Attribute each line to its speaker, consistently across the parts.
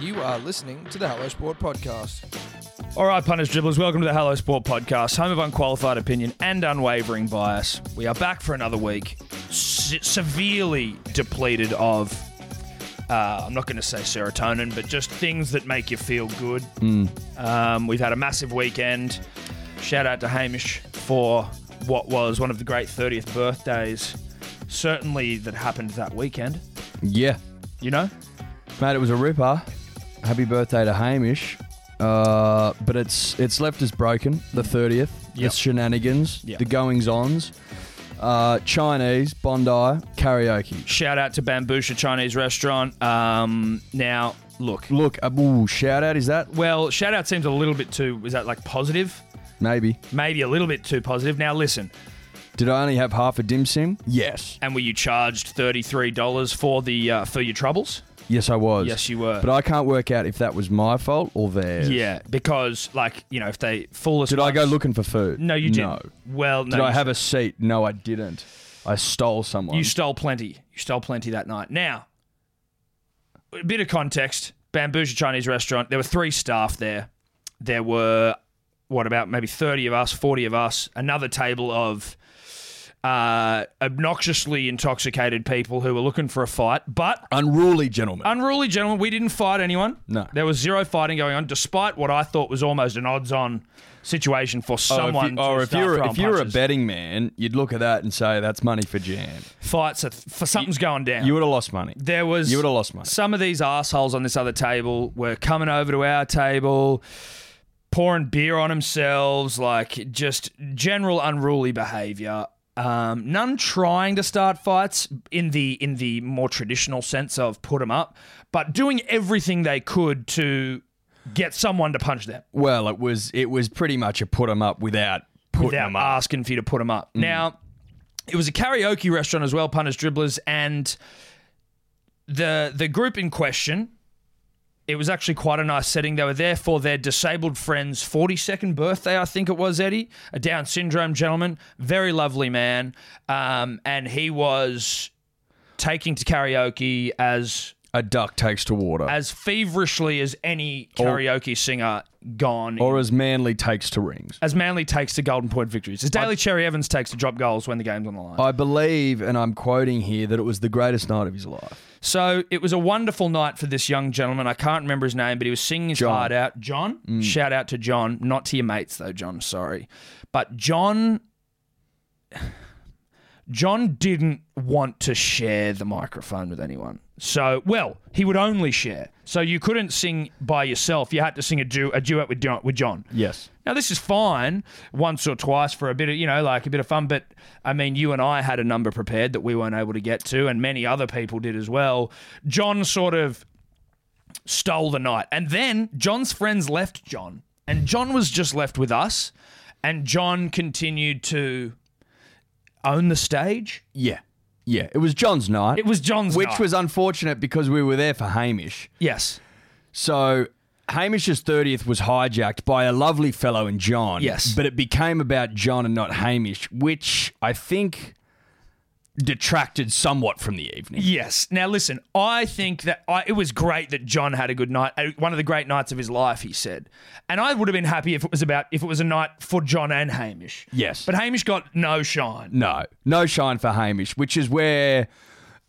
Speaker 1: You are listening to the Hello Sport Podcast.
Speaker 2: All right, punters, dribblers, welcome to the Hello Sport podcast, home of unqualified opinion and unwavering bias. We are back for another week, se- severely depleted of. Uh, I'm not going to say serotonin, but just things that make you feel good. Um, we've had a massive weekend. Shout out to Hamish for what was one of the great 30th birthdays, certainly that happened that weekend.
Speaker 3: Yeah.
Speaker 2: You know,
Speaker 3: Mate, it was a ripper. Happy birthday to Hamish. Uh, but it's it's left us broken, the 30th.
Speaker 2: Yep.
Speaker 3: It's shenanigans,
Speaker 2: Yep.
Speaker 3: the goings ons, uh, Chinese, Bondi, karaoke.
Speaker 2: shout out to Bambusha Chinese restaurant. Um, now, look,
Speaker 3: Look, uh, ooh, shout out is that?
Speaker 2: Well, shout out seems a little bit too, is that like positive?
Speaker 3: Maybe.
Speaker 2: Maybe a little bit too positive. Now, listen,
Speaker 3: Did I only have half a dim sim? Yes.
Speaker 2: and were you charged $33 for the uh, for your troubles?
Speaker 3: Yes, I was.
Speaker 2: Yes, you were.
Speaker 3: But I can't work out if that was my fault or theirs.
Speaker 2: Yeah, because, like, you know, if they fool us.
Speaker 3: Did I go
Speaker 2: once-
Speaker 3: looking for food?
Speaker 2: No, you didn't.
Speaker 3: No.
Speaker 2: Well, no.
Speaker 3: Did I
Speaker 2: you-
Speaker 3: have a seat? No, I didn't. I stole someone.
Speaker 2: You stole plenty. You stole plenty that night. Now, a bit of context Bambusha Chinese restaurant, there were three staff there. There were, what about maybe 30 of us, 40 of us, another table of uh, obnoxiously intoxicated people who were looking for a fight. But
Speaker 3: Unruly gentlemen.
Speaker 2: unruly gentlemen, we didn't fight anyone.
Speaker 3: No.
Speaker 2: There was zero fighting going on, despite what I thought was almost an odds on situation for someone
Speaker 3: Oh, if
Speaker 2: to start
Speaker 3: you, or if you're
Speaker 2: throwing
Speaker 3: if you're a
Speaker 2: punches.
Speaker 3: betting man, you'd look at that and say that's money for jam.
Speaker 2: fights are th- for something's going down.
Speaker 3: You would have lost money.
Speaker 2: there was
Speaker 3: You would have lost money.
Speaker 2: some of these assholes on this other table were coming over to our table pouring beer on themselves like just general unruly behavior um, none trying to start fights in the in the more traditional sense of put them up but doing everything they could to get someone to punch them
Speaker 3: Well, it was it was pretty much a put 'em up without putting
Speaker 2: without
Speaker 3: 'em up. Mm.
Speaker 2: asking for you to put them up. Now, it was a karaoke restaurant as well, punters, dribblers, and the the group in question. It was actually quite a nice setting. They were there for their disabled friend's 42nd birthday, I think it was, Eddie, a Down syndrome gentleman, very lovely man. Um, and he was taking to karaoke as
Speaker 3: A duck takes to water,
Speaker 2: as feverishly as any karaoke singer gone
Speaker 3: or as manly takes to rings.
Speaker 2: as Manly takes to golden point victories, as Daly Cherry Evans takes to drop goals when the game's on the line.
Speaker 3: I believe, and I'm quoting here, that it was the greatest night of his life.
Speaker 2: so it was a wonderful night for this young gentleman. I can't remember his name, but he was singing his
Speaker 3: John.
Speaker 2: heart out. John, shout out to John, not to your mates though, John. Sorry, but John, John didn't want to share the microphone with anyone. So, well, he would only share. So you couldn't sing by yourself. You had to sing a, du- a duet with John. With John.
Speaker 3: Yes.
Speaker 2: Now this is fine once or twice for a bit of you know like a bit of fun, but I mean you and I had a number prepared that we weren't able to get to, and many other people did as well. John sort of stole the night, and then John's friends left John, and John was just left with us, and John continued to own the stage.
Speaker 3: Yeah. Yeah. It was John's night.
Speaker 2: It was John's
Speaker 3: which
Speaker 2: night.
Speaker 3: was unfortunate because we were there for Hamish.
Speaker 2: yes,
Speaker 3: So Hamish's 30th was hijacked by a lovely fellow in John.
Speaker 2: Yes.
Speaker 3: But it became about John and not Hamish, which I think detracted somewhat from the evening.
Speaker 2: Yes. Now listen, I think that I, it was great that John had a good night, uh, one of the great nights of his life. He said, and I would have been happy if it was about if it was a night for John and Hamish.
Speaker 3: Yes.
Speaker 2: But Hamish got no shine.
Speaker 3: No, no shine for Hamish, which is where,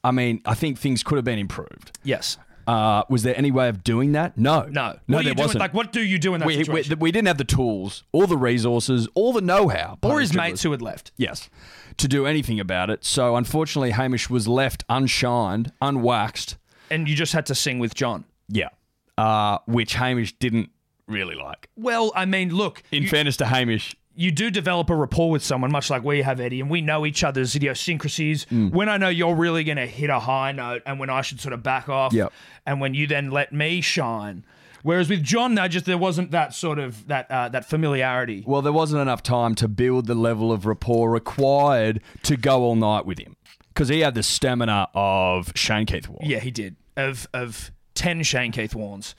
Speaker 3: I mean, I think things could have been improved.
Speaker 2: Yes.
Speaker 3: Uh, was there any way of doing that? No.
Speaker 2: No. what do
Speaker 3: No, there
Speaker 2: you do in-
Speaker 3: wasn't.
Speaker 2: like, what do you do in that
Speaker 3: we, we,
Speaker 2: situation?
Speaker 3: we didn't have the tools, or the resources, or the know how.
Speaker 2: or his mates who had left.
Speaker 3: Yes. To do anything about it. So unfortunately, Hamish was left unshined, unwaxed.
Speaker 2: And you just had to sing with John.
Speaker 3: Yeah. Uh, which Hamish didn't really like.
Speaker 2: Well, I mean, look,
Speaker 3: In fairness to Hamish,
Speaker 2: you do develop a rapport with someone, much like we have, Eddie, and we know each other's idiosyncrasies.
Speaker 3: Mm.
Speaker 2: When I know you're really going to hit a high note and when I should sort of back off,
Speaker 3: Yep.
Speaker 2: and when you then let me shine. Whereas with John, though, just there wasn't that sort of that uh, that familiarity.
Speaker 3: well, there wasn't enough time to build the level of rapport required to go all night with him because he had the stamina of Shane Keith Ward.
Speaker 2: Yeah, he did. Of of ten Shane Keith Warns,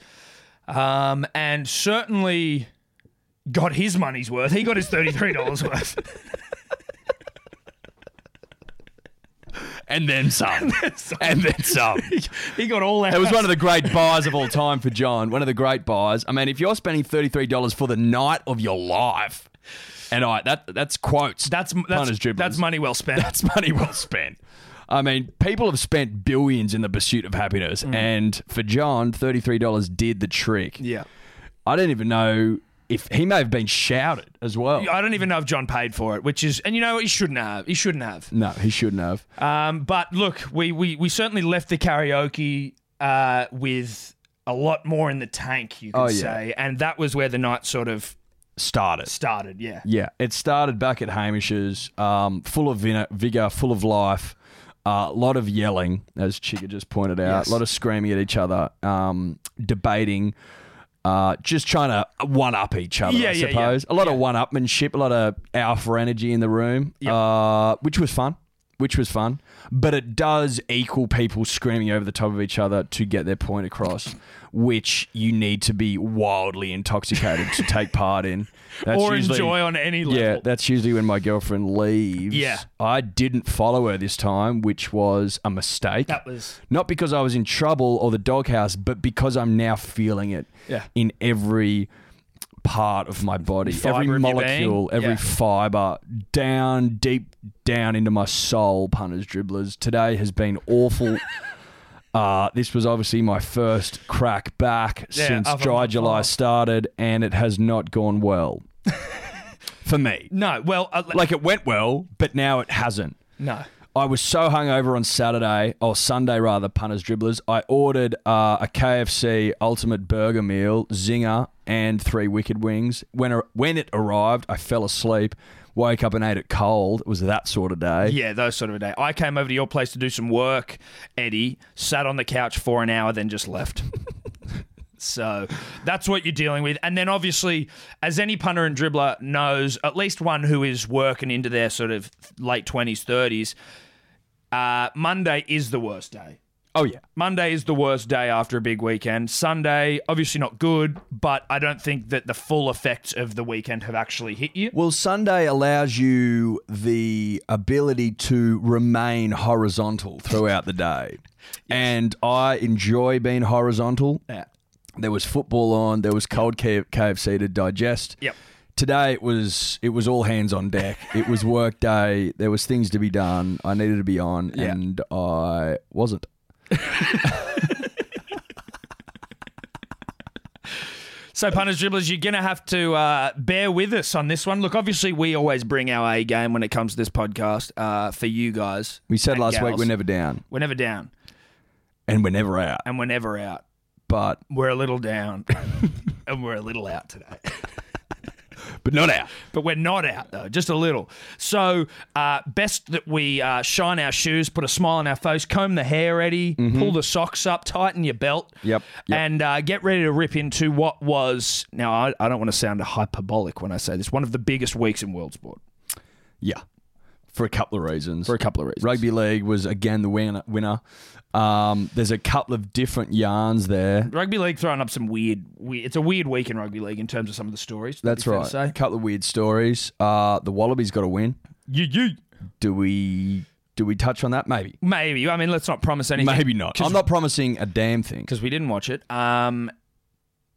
Speaker 2: um, and certainly got his money's worth. He got his thirty three dollars worth.
Speaker 3: and then some, and then some.
Speaker 2: He got all that.
Speaker 3: It was one of the great buys of all time for John. One of the great buys. I mean, if you're spending thirty-three dollars for the night of your life, and I that that's quotes.
Speaker 2: That's
Speaker 3: Punters
Speaker 2: that's,
Speaker 3: dribblers.
Speaker 2: that's money well spent.
Speaker 3: That's money well spent. I mean, people have spent billions in the pursuit of happiness, and for John, thirty-three dollars did the trick.
Speaker 2: yeah.
Speaker 3: I don't even know if he may have been shouted as well.
Speaker 2: I don't even know if John paid for it, which is, and you know, he shouldn't have. He shouldn't have.
Speaker 3: No, he shouldn't have.
Speaker 2: Um, but look, we, we we certainly left the karaoke uh, with a lot more in the tank, you could
Speaker 3: Oh, yeah.
Speaker 2: say, and that was where the night sort of
Speaker 3: Started.
Speaker 2: started. Yeah,
Speaker 3: Yeah, it started back at Hamish's, um, full of vin- vigor, full of life, a lot of yelling, as Chica just pointed out,
Speaker 2: Yes.
Speaker 3: a lot of screaming at each other, um, debating, uh, just trying to one up each other,
Speaker 2: Yeah,
Speaker 3: I
Speaker 2: yeah, yeah.
Speaker 3: suppose. A lot of one upmanship, a lot of alpha energy in the room, uh, which was fun. Which was fun, but it does equal people screaming over the top of each other to get their point across, which you need to be wildly intoxicated to take part in. That's
Speaker 2: or
Speaker 3: usually-
Speaker 2: enjoy on any level.
Speaker 3: yeah, that's usually when my girlfriend leaves.
Speaker 2: Yeah.
Speaker 3: I didn't follow her this time, which was a mistake.
Speaker 2: that was
Speaker 3: Not because I was in trouble or the doghouse, but because I'm now feeling it
Speaker 2: Yeah.
Speaker 3: in every part of my body,
Speaker 2: Fibre
Speaker 3: every
Speaker 2: of your
Speaker 3: molecule,
Speaker 2: being.
Speaker 3: every
Speaker 2: Yeah.
Speaker 3: fiber, down, deep down into my soul, punters, dribblers. Today has been awful. Uh, this was obviously my first crack back
Speaker 2: Yeah,
Speaker 3: since
Speaker 2: other-
Speaker 3: Dry July started, and it has not gone well for me
Speaker 2: no. Well, uh, like
Speaker 3: like it went well, but now it hasn't.
Speaker 2: no.
Speaker 3: I was so hungover on Saturday or Sunday rather, punters dribblers. I ordered uh, a KFC ultimate burger meal, zinger, and three wicked wings. When ar- when it arrived, I fell asleep, woke up and ate it cold. It was that sort of day.
Speaker 2: Yeah, those sort of a day. I came over to your place to do some work, Eddie, sat on the couch for an hour, then just left. so that's what you're dealing with. And then obviously, as any punter and dribbler knows, at least one who is working into their sort of late 20s, 30s, uh, Monday is the worst day.
Speaker 3: Oh yeah.
Speaker 2: Monday is the worst day after a big weekend. Sunday, obviously not good, but I don't think that the full effects of the weekend have actually hit you.
Speaker 3: Well, Sunday allows you the ability to remain horizontal throughout the day. And I enjoy being horizontal. There was football on. There was cold K- KFC to digest.
Speaker 2: Yep.
Speaker 3: Today it was it was all hands on deck. It was work day. There was things to be done. I needed to be on,
Speaker 2: Yeah.
Speaker 3: and I wasn't.
Speaker 2: So, punters, dribblers, you're going to have to uh, bear with us on this one. Look, obviously, we always bring our A game when it comes to this podcast uh, for you guys.
Speaker 3: We said
Speaker 2: and
Speaker 3: last week
Speaker 2: gals.
Speaker 3: we're never down
Speaker 2: We're never down
Speaker 3: and we're never out.
Speaker 2: and we're never out.
Speaker 3: But
Speaker 2: We're a little down and we're a little out today.
Speaker 3: but not out.
Speaker 2: But we're not out, though, just a little. So, uh, best that we uh, shine our shoes, put a smile on our face, comb the hair, Eddie, pull the socks up, tighten your belt.
Speaker 3: Mm-hmm. Yep, yep.
Speaker 2: And uh, get ready to rip into what was, now, I, I don't want to sound hyperbolic when I say this, one of the biggest weeks in world sport.
Speaker 3: Yeah. For a couple of reasons.
Speaker 2: for a couple of reasons.
Speaker 3: Rugby league was again the winner. winner. Um, there's a couple of different yarns there.
Speaker 2: Rugby league throwing up some weird, weird. It's a weird week in rugby league in terms of some of the stories. that'd
Speaker 3: That's
Speaker 2: be fair
Speaker 3: right.
Speaker 2: to
Speaker 3: A
Speaker 2: Say.
Speaker 3: couple of weird stories. Uh, the Wallabies got to win.
Speaker 2: You, you,
Speaker 3: Do we? Do we touch on that? Maybe.
Speaker 2: maybe. I mean, let's not promise anything.
Speaker 3: Maybe not. I'm not promising a damn thing.
Speaker 2: because we didn't watch it. Um,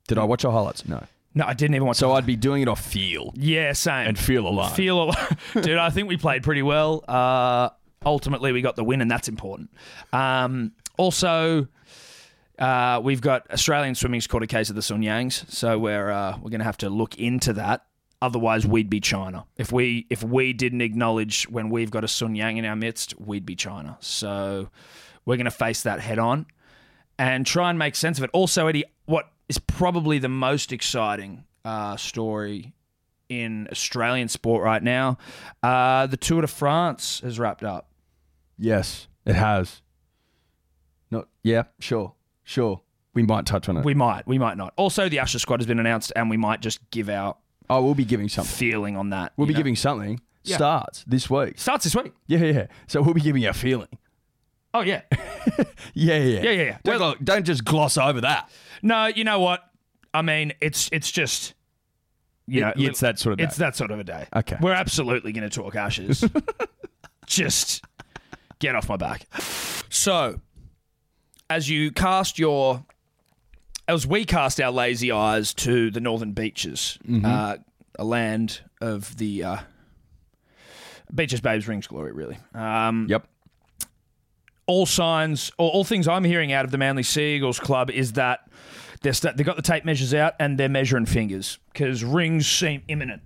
Speaker 3: Did I watch the highlights? No.
Speaker 2: no, I didn't even watch.
Speaker 3: So
Speaker 2: it.
Speaker 3: I'd be doing it off feel
Speaker 2: yeah, same.
Speaker 3: and feel alive.
Speaker 2: feel alive, dude. I think we played pretty well. Uh, ultimately, we got the win, and that's important. Um, also. Uh, we've got Australian swimming's caught a case of the Sun Yangs, so we're uh, we're going to have to look into that. Otherwise, we'd be China if we if we didn't acknowledge when we've got a Sun Yang in our midst, we'd be China. So we're going to face that head on and try and make sense of it. Also, Eddie, what is probably the most exciting uh, story in Australian sport right now. Uh, the Tour de France has wrapped up.
Speaker 3: yes, it has. Not. Yeah. Sure. Sure. We might touch on it.
Speaker 2: We might, we might not. Also, the Asher squad has been announced, and we might just give our
Speaker 3: I will be giving something.
Speaker 2: feeling on that.
Speaker 3: We'll
Speaker 2: you
Speaker 3: be
Speaker 2: know.
Speaker 3: giving something.
Speaker 2: Yeah.
Speaker 3: Starts this week.
Speaker 2: starts this week.
Speaker 3: Yeah, yeah, yeah. So we'll be giving you a feeling.
Speaker 2: Oh yeah,
Speaker 3: Yeah, yeah,
Speaker 2: yeah, yeah. yeah.
Speaker 3: Don't, glo- don't just gloss over that.
Speaker 2: no, you know what? I mean, it's it's just you know,
Speaker 3: it's that sort of.
Speaker 2: It's that sort of a day.
Speaker 3: Okay.
Speaker 2: We're absolutely going to talk ashes. Just Get off my back. So, as you cast your, as we cast our lazy eyes to the northern beaches, uh, a land of the uh, beaches, babes, rings, glory, really. Um,
Speaker 3: Yep.
Speaker 2: all signs or all things I'm hearing out of the Manly Seagulls club is that they're st- they've got the tape measures out and they're measuring fingers because rings seem imminent.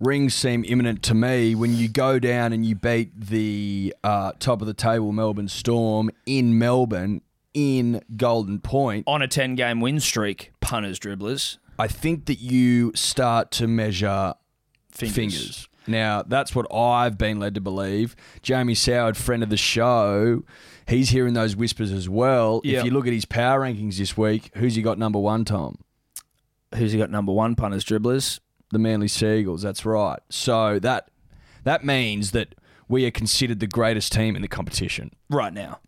Speaker 3: Rings seem imminent to me when you go down and you beat the uh, top of the table Melbourne Storm in Melbourne in Golden Point.
Speaker 2: On a 10 game win streak, punters, dribblers,
Speaker 3: I think that you start to measure
Speaker 2: fingers.
Speaker 3: fingers. Now, that's what I've been led to believe. Jamie Soward, friend of the show, he's hearing those whispers as well.
Speaker 2: Yeah.
Speaker 3: If you look at his power rankings this week, who's he got number one, Tom?
Speaker 2: Who's he got number one? Punters, dribblers.
Speaker 3: The Manly Seagulls, that's right. So that that means that we are considered the greatest team in the competition.
Speaker 2: Right now.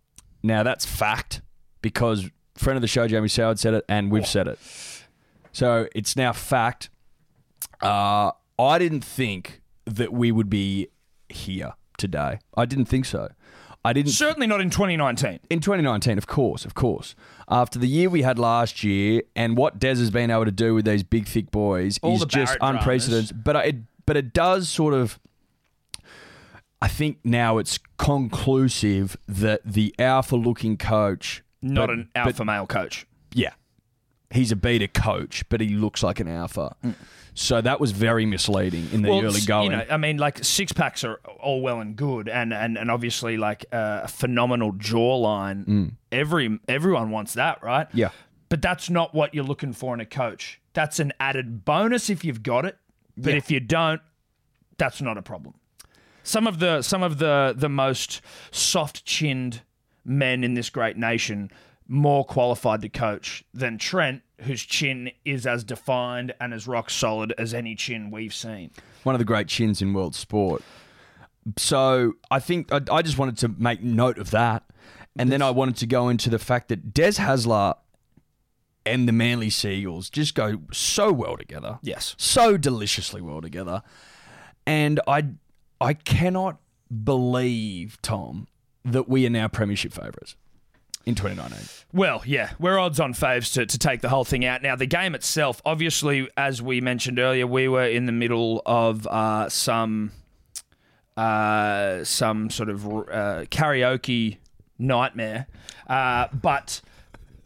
Speaker 3: Now that's fact because friend of the show Jamie Soward said it and we've said it. So it's now fact. Uh, I didn't think that we would be here today. I didn't think so. I didn't
Speaker 2: Certainly not in 2019.
Speaker 3: in 2019, of course, of course. After the year we had last year, and what Des has been able to do with these big, thick boys
Speaker 2: All
Speaker 3: is
Speaker 2: the
Speaker 3: just
Speaker 2: Barrett dramas.
Speaker 3: unprecedented. But I- it, but it does sort of. I think now it's conclusive that the alpha-looking coach,
Speaker 2: Not
Speaker 3: but-
Speaker 2: an alpha male coach.
Speaker 3: yeah, he's a beta coach, but he looks like an alpha. So that was very misleading in the early
Speaker 2: Mm. s-
Speaker 3: going.
Speaker 2: You know, I mean, like six packs are all well and good, and and and obviously like uh, a phenomenal jawline. Every everyone wants that, right?
Speaker 3: Mm. Yeah.
Speaker 2: But that's not what you're looking for in a coach. That's an added bonus if you've got it. But if you don't, that's not a problem. Some of the some of the the most soft chinned men in this great nation more qualified to coach than Trent, whose chin is as defined and as rock solid as any chin we've seen.
Speaker 3: one of the great chins in world sport. So I think I, I just wanted to make note of that, and then I wanted to go into the fact that Des Hasler and the Manly Seagulls just go so well together,
Speaker 2: Yes.
Speaker 3: so deliciously well together, and I I cannot believe Tom that we are now premiership favourites in 2019.
Speaker 2: Well, yeah, we're odds on faves to, to take the whole thing out. Now, the game itself, obviously, as we mentioned earlier, we were in the middle of uh, some uh, some sort of uh, karaoke nightmare, uh, but.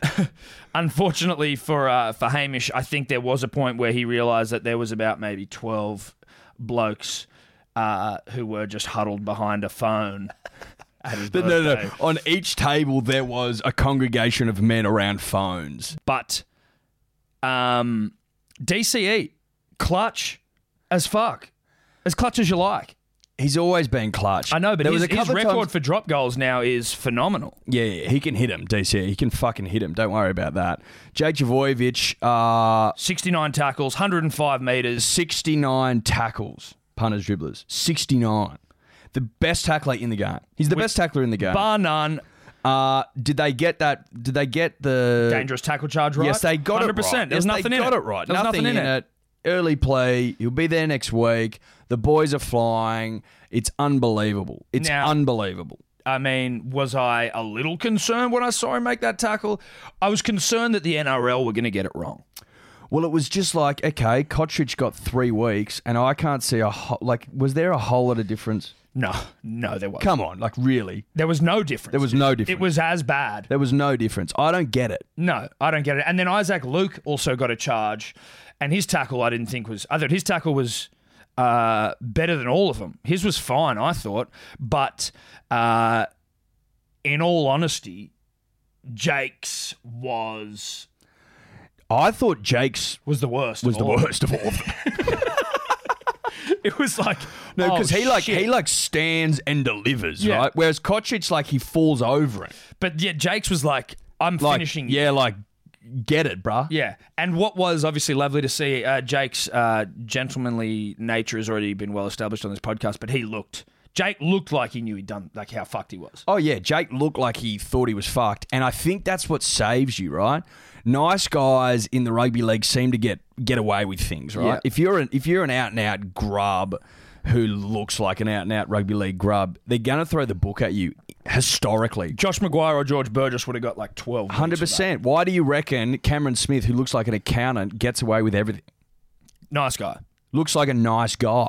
Speaker 2: Unfortunately for uh, for Hamish, I think there was a point where he realised that there was about maybe twelve blokes uh, who were just huddled behind a phone. At his
Speaker 3: But no,
Speaker 2: birthday.
Speaker 3: no, on each table there was a congregation of men around phones.
Speaker 2: but um, DCE clutch as fuck, as clutch as you like.
Speaker 3: He's always been clutch.
Speaker 2: I know, but
Speaker 3: there
Speaker 2: his,
Speaker 3: was a
Speaker 2: his
Speaker 3: couple of
Speaker 2: record
Speaker 3: times-
Speaker 2: for drop goals now is phenomenal.
Speaker 3: Yeah, yeah, he can hit him, DC. He can fucking hit him. Don't worry about that. Jake Javoyevich, uh,
Speaker 2: Sixty-nine tackles, hundred and five meters.
Speaker 3: 69 tackles, punters, dribblers. 69. The best tackler in the game. He's the best tackler in the game.
Speaker 2: Bar none,
Speaker 3: Uh, did they get that? Did they get the.
Speaker 2: dangerous tackle charge right.
Speaker 3: Yes, they got it right.
Speaker 2: There's
Speaker 3: Yes,
Speaker 2: nothing
Speaker 3: they
Speaker 2: in
Speaker 3: got
Speaker 2: it.
Speaker 3: it right.
Speaker 2: There's nothing, in, it.
Speaker 3: Early play. He'll be there next week. The boys are flying. It's unbelievable. It's
Speaker 2: Now-
Speaker 3: unbelievable.
Speaker 2: I mean, was I a little concerned when I saw him make that tackle? I was concerned that the NRL were going to get it wrong.
Speaker 3: Well, it was just like okay, Kotrich got three weeks, and I can't see a ho- like. Was there a whole lot of difference?
Speaker 2: No, no, there was.
Speaker 3: Come on, like really,
Speaker 2: There was no difference.
Speaker 3: there was no
Speaker 2: It
Speaker 3: difference.
Speaker 2: was as bad.
Speaker 3: there was no difference. I don't get it.
Speaker 2: No, I don't get it. And then Isaac Luke also got a charge, and his tackle I didn't think was. I thought his tackle was uh, better than all of them. His was fine, I thought. But uh, in all honesty, Jake's was
Speaker 3: I thought Jake's
Speaker 2: was the worst.
Speaker 3: was
Speaker 2: of
Speaker 3: the
Speaker 2: all of them.
Speaker 3: worst of all of them.
Speaker 2: It was like
Speaker 3: No, because
Speaker 2: oh,
Speaker 3: he like
Speaker 2: shit.
Speaker 3: he like stands and delivers,
Speaker 2: Yeah.
Speaker 3: right? Whereas Kotrich like he falls over it,
Speaker 2: But yeah, Jake's was like I'm
Speaker 3: like
Speaker 2: finishing. you.
Speaker 3: yeah, like get it, bruh.
Speaker 2: Yeah, and what was obviously lovely to see, uh, Jake's uh, gentlemanly nature has already been well established on this podcast, but he looked, Jake looked like he knew he'd done, like how fucked he was.
Speaker 3: Oh yeah, Jake looked like he thought he was fucked, and I think that's what saves you, right? Nice guys in the rugby league seem to get get away with things, right?
Speaker 2: Yeah.
Speaker 3: If you're an if you're an out and out grub, who looks like an out and out rugby league grub, they're going to throw the book at you historically.
Speaker 2: Josh McGuire or George Burgess would have got like 12. votes for
Speaker 3: Hundred percent. Why do you reckon Cameron Smith, who looks like an accountant, gets away with everything?
Speaker 2: that. Nice guy.
Speaker 3: Looks like a nice guy.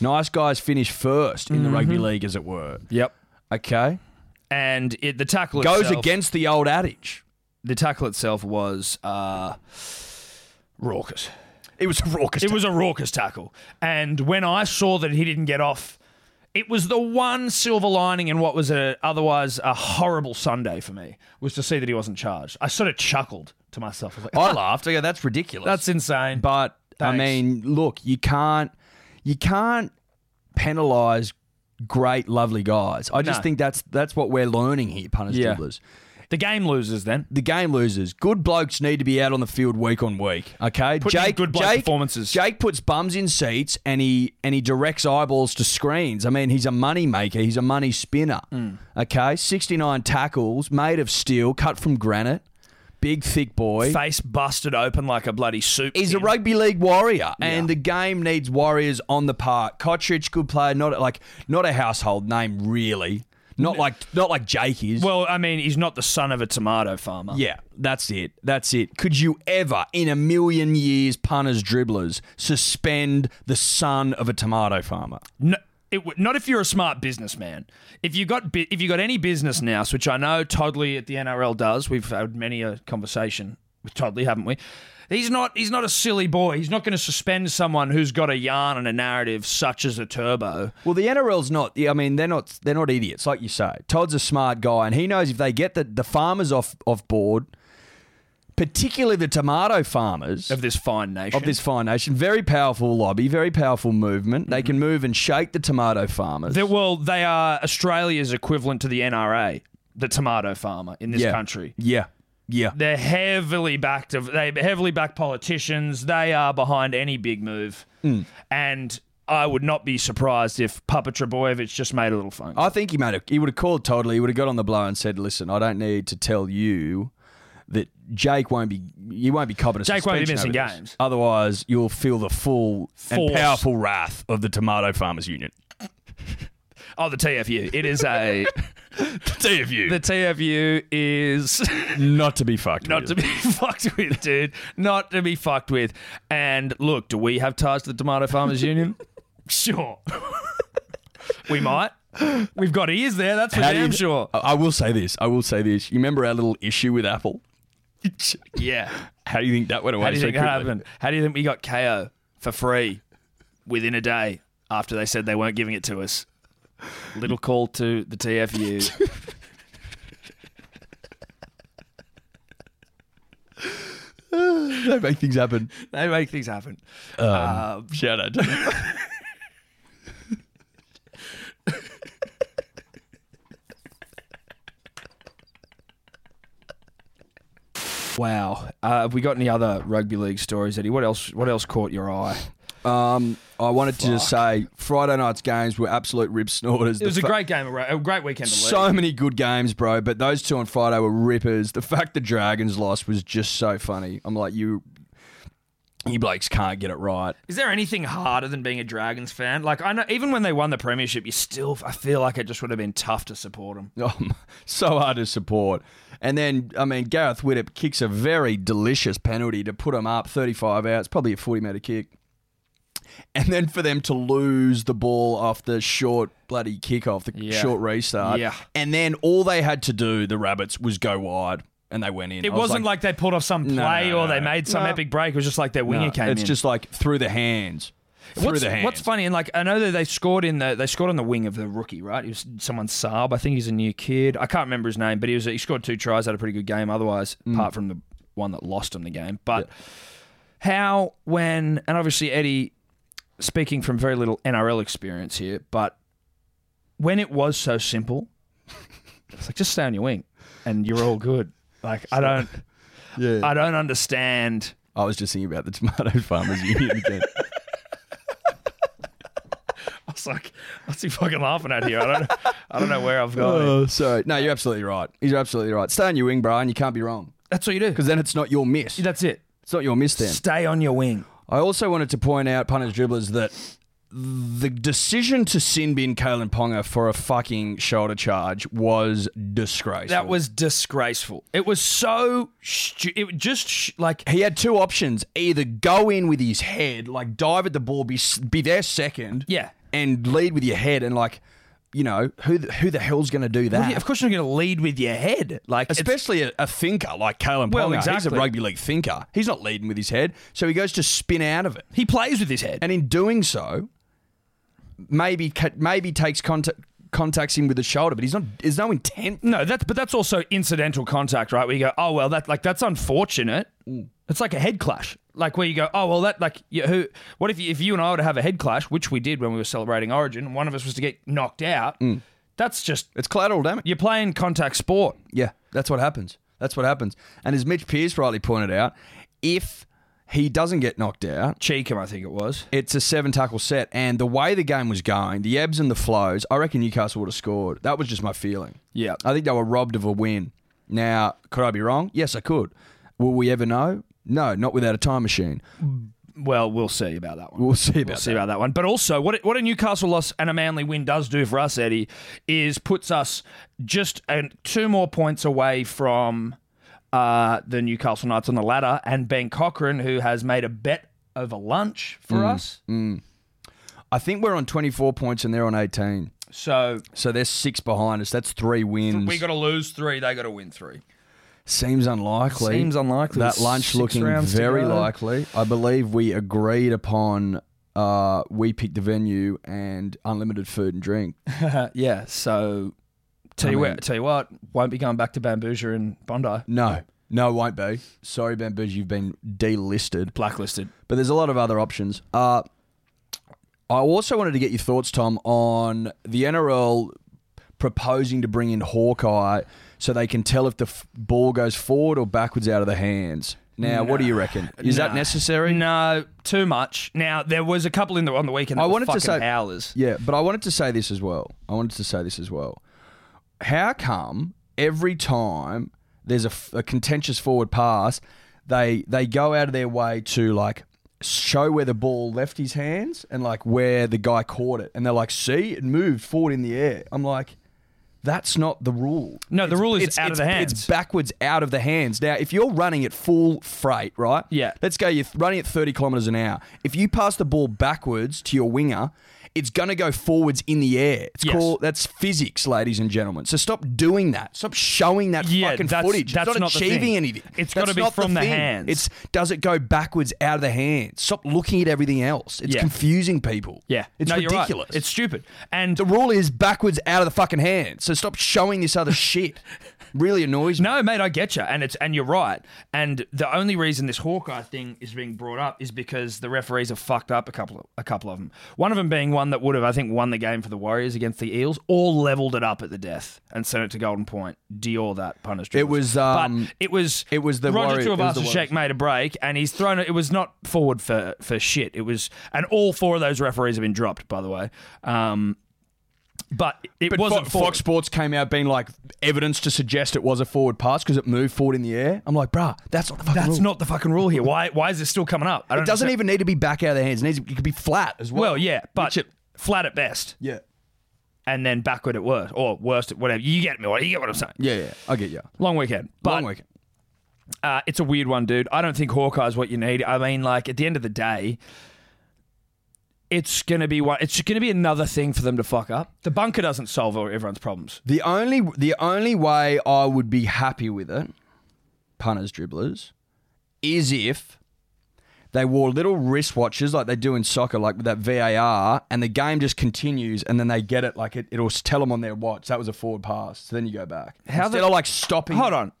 Speaker 3: Nice guys finish first in the rugby league, as it were.
Speaker 2: Yep.
Speaker 3: Okay,
Speaker 2: And it, the tackle
Speaker 3: goes
Speaker 2: itself,
Speaker 3: against the old adage.
Speaker 2: The tackle itself was uh, raucous.
Speaker 3: It was raucous.
Speaker 2: It was a raucous tackle. And when I saw that he didn't get off, it was the one silver lining in what was a, otherwise a horrible Sunday for me, was to see that he wasn't charged. I sort of chuckled to myself. I was like,
Speaker 3: I laughed. I go, that's ridiculous.
Speaker 2: that's insane.
Speaker 3: But I
Speaker 2: Thanks.
Speaker 3: mean, look, you can't you can't penalise great, lovely guys. I just
Speaker 2: No.
Speaker 3: think that's that's what we're learning here, punters
Speaker 2: Yeah.
Speaker 3: dribblers.
Speaker 2: the game loses then.
Speaker 3: The game losers. Good blokes need to be out on the field week on week. Okay,
Speaker 2: Putting in good bloke performances.
Speaker 3: Jake puts bums in seats and he and he directs eyeballs to screens. I mean, he's a money maker. He's a money spinner.
Speaker 2: Mm.
Speaker 3: Okay, sixty nine tackles, made of steel, cut from granite, big thick boy.
Speaker 2: Face busted open like a bloody soup.
Speaker 3: He's a
Speaker 2: tin.
Speaker 3: rugby league warrior, and the game needs warriors on the park. Kotrich, good player, not like not a household name really. Not like not like Jake is.
Speaker 2: Well, I mean, he's not the son of a tomato farmer.
Speaker 3: yeah, that's it. That's it. Could you ever, in a million years, punters, dribblers, suspend the son of a tomato farmer?
Speaker 2: No, it, would- not if you're a smart businessman. If you got bu- if you got any business now, which I know Toddley at the NRL does. We've had many a conversation with Toddley, haven't we? He's not he's not a silly boy. He's not going to suspend someone who's got a yarn and a narrative such as a turbo.
Speaker 3: Well, the NRL's not. I mean, they're not. They're not idiots, like you say. Todd's a smart guy, and he knows if they get the, the farmers off off board, particularly the tomato farmers
Speaker 2: Of this fine nation,
Speaker 3: of this fine nation. Very powerful lobby, very powerful movement. They
Speaker 2: Mm-hmm.
Speaker 3: can move and shake the tomato farmers.
Speaker 2: They're- well, they are Australia's equivalent to the NRA, the tomato farmer in this
Speaker 3: yeah.
Speaker 2: country.
Speaker 3: Yeah. Yeah.
Speaker 2: They're heavily backed. Of, they heavily back politicians. They are behind any big move,
Speaker 3: Hmm.
Speaker 2: and I would not be surprised if Papa Trebojevic just made a little phone. call.
Speaker 3: I think he made a, he would have called totally. He would have got on the blow and said, "Listen, I don't need to tell you that Jake won't be you won't be covered. a
Speaker 2: Jake won't be
Speaker 3: suspension
Speaker 2: missing
Speaker 3: over this.
Speaker 2: games.
Speaker 3: Otherwise, you'll feel the full
Speaker 2: Force.
Speaker 3: and powerful wrath of the tomato farmers union.
Speaker 2: oh, the TFU. It is a
Speaker 3: TFU,
Speaker 2: the TFU is
Speaker 3: not to be fucked.
Speaker 2: not to be fucked with, dude. Not to be fucked with. And look, do we have ties to the Tomato Farmers Union? sure, we might. We've got ears there. That's for
Speaker 3: How do
Speaker 2: damn
Speaker 3: you-
Speaker 2: sure.
Speaker 3: I I will say this. I will say this. You remember our little issue with Apple?
Speaker 2: Yeah.
Speaker 3: How do you think that went away?
Speaker 2: How do you
Speaker 3: so
Speaker 2: think that
Speaker 3: quickly?
Speaker 2: happened? How do you think we got KO for free within a day after they said they weren't giving it to us? Little call to the TFU.
Speaker 3: They make things happen.
Speaker 2: they make things happen. Um,
Speaker 3: Shout out. To
Speaker 2: wow. Uh, have we got any other rugby league stories, Eddie? What else? What else caught your eye?
Speaker 3: Um, I wanted to just say Friday night's games were absolute rib snorters.
Speaker 2: It was a great game, of ru- a great weekend. Of
Speaker 3: So many good games, bro. But those two on Friday were rippers. The fact the Dragons lost was just so funny. I'm like, you, you blokes can't get it right.
Speaker 2: Is there anything harder than being a Dragons fan? Like I know, even when they won the premiership, you still. I feel like it just would have been tough to support them.
Speaker 3: Um, so hard to support. And then, I mean, Gareth Widdop kicks a very delicious penalty to put them up 35 outs, probably a 40 metre kick. And then for them to lose the ball off the short bloody kickoff, the
Speaker 2: Yeah.
Speaker 3: short restart.
Speaker 2: Yeah.
Speaker 3: And then all they had to do, the Rabbits, was go wide. And they went in.
Speaker 2: It
Speaker 3: I was
Speaker 2: wasn't like, they pulled off some play
Speaker 3: No, no,
Speaker 2: or
Speaker 3: no,
Speaker 2: they
Speaker 3: no.
Speaker 2: made some
Speaker 3: No.
Speaker 2: epic break. It was just like their winger
Speaker 3: No,
Speaker 2: came
Speaker 3: it's
Speaker 2: in.
Speaker 3: just like through the hands. Through
Speaker 2: what's,
Speaker 3: the hands.
Speaker 2: what's funny and like I know that they scored in the they scored on the wing of the rookie, right? He was someone Saab. I think he's a new kid. I can't remember his name, but he was he scored two tries, had a pretty good game otherwise,
Speaker 3: Mm.
Speaker 2: apart from the one that lost him the game. But how when and obviously Eddie speaking from very little NRL experience here, but when it was so simple, it's like just stay on your wing and you're all good. Like I don't
Speaker 3: Yeah.
Speaker 2: I don't understand
Speaker 3: I was just thinking about the Tomato Farmers Union again.
Speaker 2: I was like, what's he fucking laughing at here? I don't, I don't know where I've gone.
Speaker 3: Oh, sorry. No, you're absolutely right. You're absolutely right. Stay on your wing, bro, and you can't be wrong.
Speaker 2: That's what you do.
Speaker 3: Because then it's not your miss.
Speaker 2: That's it.
Speaker 3: It's not your miss then.
Speaker 2: Stay on your wing.
Speaker 3: I also wanted to point out, punters dribblers, that the decision to sin bin Kalen Ponga for a fucking shoulder charge was disgraceful.
Speaker 2: That was disgraceful. It was so stu- it was just sh- like
Speaker 3: he had two options: either go in with his head, like dive at the ball, be s- be there second,
Speaker 2: Yeah.
Speaker 3: and lead with your head, and like, you know, who the, who the hell's going to do that?
Speaker 2: of course you're not going to lead with your head. Like it's-
Speaker 3: Especially a, a thinker like Kalen Ponga.
Speaker 2: Well,
Speaker 3: He's a
Speaker 2: exactly.
Speaker 3: rugby league thinker. He's not leading with his head, so he goes to spin out of it.
Speaker 2: he plays with his head.
Speaker 3: and in doing so, maybe ca- maybe takes contact contacts him with the shoulder, but he's not. There's no intent.
Speaker 2: No, that's but that's also incidental contact, right? Where you go, oh well, that like that's unfortunate. It's like a head clash, like where you go, oh well, that like yeah, who? What if you, if you and I were to have a head clash, which we did when we were celebrating Origin, and one of us was to get knocked out? That's just
Speaker 3: It's collateral damage.
Speaker 2: you're playing contact sport.
Speaker 3: Yeah, that's what happens. That's what happens. And as Mitch Pearce rightly pointed out, if he doesn't get knocked out,
Speaker 2: Cheekham, I think it was.
Speaker 3: it's a seven tackle set. And the way the game was going, the ebbs and the flows, I reckon Newcastle would have scored. That was just my feeling.
Speaker 2: Yeah.
Speaker 3: I think they were robbed of a win. Now, could I be wrong? Yes, I could. Will we ever know? No, not without a time machine.
Speaker 2: Well, we'll see about that one.
Speaker 3: We'll see about
Speaker 2: We'll see about that one. But also, what what a Newcastle loss and a Manly win does do for us, Eddie, is puts us just an, two more points away from uh, the Newcastle Knights on the ladder and Ben Cochran, who has made a bet over lunch for
Speaker 3: Mm.
Speaker 2: us.
Speaker 3: I think we're on 24 points and they're on 18.
Speaker 2: So
Speaker 3: So they're six behind us. That's three wins.
Speaker 2: we got to lose three; they got to win three.
Speaker 3: Seems unlikely.
Speaker 2: Seems unlikely.
Speaker 3: That
Speaker 2: There's
Speaker 3: lunch
Speaker 2: six
Speaker 3: looking
Speaker 2: rounds to
Speaker 3: very
Speaker 2: go.
Speaker 3: likely. I believe we agreed upon. Uh, we picked the venue and unlimited food and drink.
Speaker 2: Uh, yeah. So tell
Speaker 3: I
Speaker 2: you
Speaker 3: mean-
Speaker 2: what, tell you what, won't be going back to Bambuja and Bondi.
Speaker 3: No, no, it won't be. Sorry, Bamboos, you've been delisted.
Speaker 2: Blacklisted.
Speaker 3: But there's a lot of other options. Uh, I also wanted to get your thoughts, Tom, on the NRL proposing to bring in Hawkeye so they can tell if the f- ball goes forward or backwards out of the hands. Now, what do you reckon? Is that
Speaker 2: Nah.
Speaker 3: necessary?
Speaker 2: No, too much. Now there was a couple in the on the weekend. That
Speaker 3: I
Speaker 2: were
Speaker 3: wanted to
Speaker 2: fucking
Speaker 3: say-
Speaker 2: howlers.
Speaker 3: Yeah, but I wanted to say this as well. I wanted to say this as well. How come every time there's a, f- a contentious forward pass, they they go out of their way to like show where the ball left his hands and like where the guy caught it, and they're like, "See, it moved forward in the air." I'm like. That's not the rule.
Speaker 2: No, the rule is out of the hands.
Speaker 3: It's backwards out of the hands. Now, if you're running at full freight, right?
Speaker 2: Yeah.
Speaker 3: Let's go. You're running at 30 kilometers an hour. If you pass the ball backwards to your winger, it's going to go forwards in the air. It's
Speaker 2: Yes.
Speaker 3: called that's physics, ladies and gentlemen. So stop doing that. Stop showing that
Speaker 2: Yeah,
Speaker 3: fucking
Speaker 2: that's-
Speaker 3: footage.
Speaker 2: that's
Speaker 3: it's not,
Speaker 2: not the
Speaker 3: achieving
Speaker 2: thing.
Speaker 3: anything.
Speaker 2: It's
Speaker 3: That's
Speaker 2: gotta be
Speaker 3: not
Speaker 2: from the
Speaker 3: thing.
Speaker 2: hands.
Speaker 3: It's does it go backwards out of the hands? Stop looking at everything else. It's
Speaker 2: Yeah.
Speaker 3: confusing people.
Speaker 2: Yeah,
Speaker 3: It's
Speaker 2: No, you're right.
Speaker 3: ridiculous.
Speaker 2: It's stupid. And
Speaker 3: the rule is backwards out of the fucking hands. So stop showing this other shit. Really annoys me.
Speaker 2: no, mate, I get you, and it's and you're right. And the only reason this Hawkeye thing is being brought up is because the referees have fucked up a couple of, a couple of them. One of them being one that would have, I think, won the game for the Warriors against the Eels, or leveled it up at the death and sent it to Golden Point. Dior that punished.
Speaker 3: It was, um,
Speaker 2: but it was
Speaker 3: it was the
Speaker 2: Roger
Speaker 3: Warrior- it was the
Speaker 2: Tuivasa-Sheck
Speaker 3: Warriors.
Speaker 2: made a break, and he's thrown it. It was not forward for for shit. It was, and all four of those referees have been dropped, by the way. Um, but it
Speaker 3: But
Speaker 2: wasn't
Speaker 3: Fo-
Speaker 2: forward.
Speaker 3: Fox Sports came out being like evidence to suggest it was a forward pass because it moved forward in the air. I'm like, bruh, that's not the fucking
Speaker 2: That's
Speaker 3: rule.
Speaker 2: not the fucking rule here. Why? Why is this still coming up? I don't
Speaker 3: it doesn't
Speaker 2: understand.
Speaker 3: even need to be back out of the hands. It, needs, it could be flat as well.
Speaker 2: Well, yeah, but
Speaker 3: Which it-
Speaker 2: flat at best,
Speaker 3: yeah,
Speaker 2: and then backward at worst, or worst at whatever. You get me? You get what I'm saying?
Speaker 3: yeah, yeah. I get you.
Speaker 2: Long weekend, but
Speaker 3: Long weekend.
Speaker 2: Uh, it's a weird one, dude. I don't think Hawkeye's what you need. I mean, like at the end of the day, it's gonna be one. It's gonna be another thing for them to fuck up. The bunker doesn't solve all- everyone's problems.
Speaker 3: The only the only way I would be happy with it, punters dribblers, is if they wore little wristwatches like they do in soccer, like with that VAR, and the game just continues, and then they get it like it, it'll tell them on their watch that was a forward pass. So then you go back.
Speaker 2: How
Speaker 3: Instead
Speaker 2: the-
Speaker 3: of like stopping.
Speaker 2: Hold on,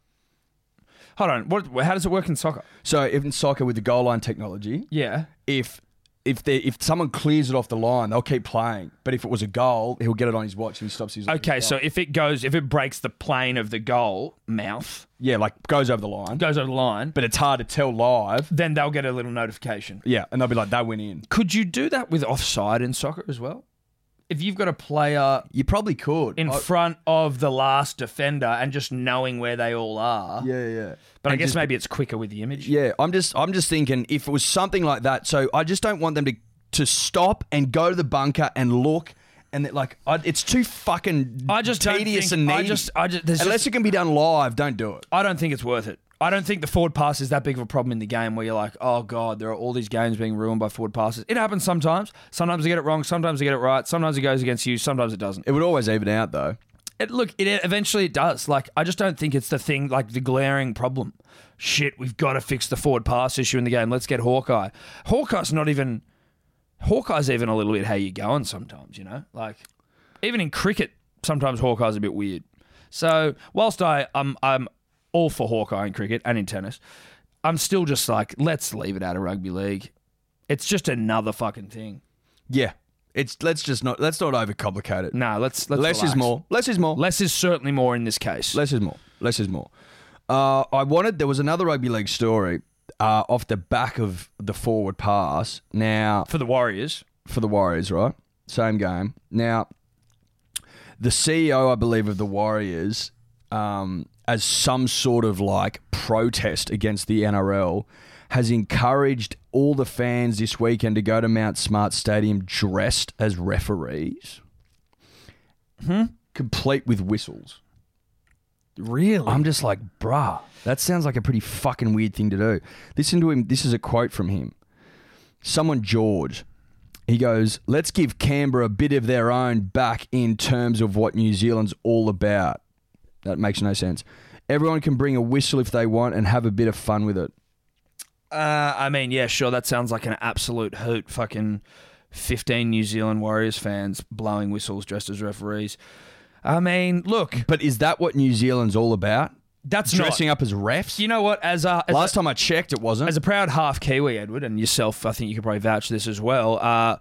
Speaker 2: hold on. What? How does it work in soccer?
Speaker 3: So if in soccer with the goal line technology,
Speaker 2: Yeah.
Speaker 3: if if they if someone clears it off the line, they'll keep playing. But if it was a goal, he'll get it on his watch and he stops his.
Speaker 2: Okay, so if it goes, if it breaks the plane of the goal mouth,
Speaker 3: yeah, like goes over the line,
Speaker 2: goes over the line,
Speaker 3: but it's hard to tell live.
Speaker 2: then they'll get a little notification.
Speaker 3: Yeah, and they'll be like, "They went in."
Speaker 2: Could you do that with offside in soccer as well? If you've got a player
Speaker 3: You probably could.
Speaker 2: in
Speaker 3: I-
Speaker 2: front of the last defender and just knowing where they all are,
Speaker 3: yeah, yeah.
Speaker 2: but I
Speaker 3: And
Speaker 2: guess
Speaker 3: just-
Speaker 2: maybe it's quicker with the image.
Speaker 3: yeah, I'm just I'm just thinking if it was something like that. So I just don't want them to to stop and go to the bunker and look. And it, like, I, it's too fucking
Speaker 2: I just don't
Speaker 3: tedious
Speaker 2: think-
Speaker 3: and
Speaker 2: I
Speaker 3: needy.
Speaker 2: just- I just- there's
Speaker 3: Unless
Speaker 2: just-
Speaker 3: it can be done live, don't do it.
Speaker 2: I don't think it's worth it. I don't think the forward pass is that big of a problem in the game where you're like, oh god, there are all these games being ruined by forward passes. It happens sometimes. Sometimes you get it wrong. Sometimes you get it right. Sometimes it goes against you. Sometimes it doesn't.
Speaker 3: It would always even out though.
Speaker 2: It, look, it eventually it does. Like I just don't think it's the thing, like the glaring problem. Shit, we've got to fix the forward pass issue in the game. Let's get Hawkeye. Hawkeye's not even. Hawkeye's even a little bit how you going sometimes. You know, like even in cricket, sometimes Hawkeye's a bit weird. So whilst I I'm I'm all for Hawkeye in cricket and in tennis, I'm still just like let's leave it out of rugby league. It's just another fucking thing.
Speaker 3: Yeah. It's let's just not let's not overcomplicate it.
Speaker 2: Nah, let's let's
Speaker 3: Less is
Speaker 2: relax.
Speaker 3: more. Less is more.
Speaker 2: Less is certainly more in this case.
Speaker 3: Less is more. Less is more. Uh, I wanted there was another rugby league story uh, off the back of the forward pass. Now
Speaker 2: for the Warriors.
Speaker 3: for the Warriors, right? Same game. Now the CEO, I believe, of the Warriors, um, as some sort of like protest against the NRL, has encouraged all the fans this weekend to go to Mount Smart Stadium dressed as referees, complete with whistles.
Speaker 2: Really?
Speaker 3: I'm just like, bruh, that sounds like a pretty fucking weird thing to do. Listen to him. This is a quote from him. Someone, George, he goes, let's give Canberra a bit of their own back in terms of what New Zealand's all about. That makes no sense. Everyone can bring a whistle if they want and have a bit of fun with it.
Speaker 2: Uh, I mean, yeah, sure. That sounds like an absolute hoot. Fucking fifteen New Zealand Warriors fans blowing whistles dressed as referees. I mean, look,
Speaker 3: But is that what New Zealand's all about?
Speaker 2: that's
Speaker 3: Dressing
Speaker 2: not.
Speaker 3: up as refs?
Speaker 2: You know what? As a as,
Speaker 3: Last time I checked, it
Speaker 2: a,
Speaker 3: wasn't.
Speaker 2: as a proud half Kiwi, Edward, and yourself, I think you could probably vouch for this as well. Uh,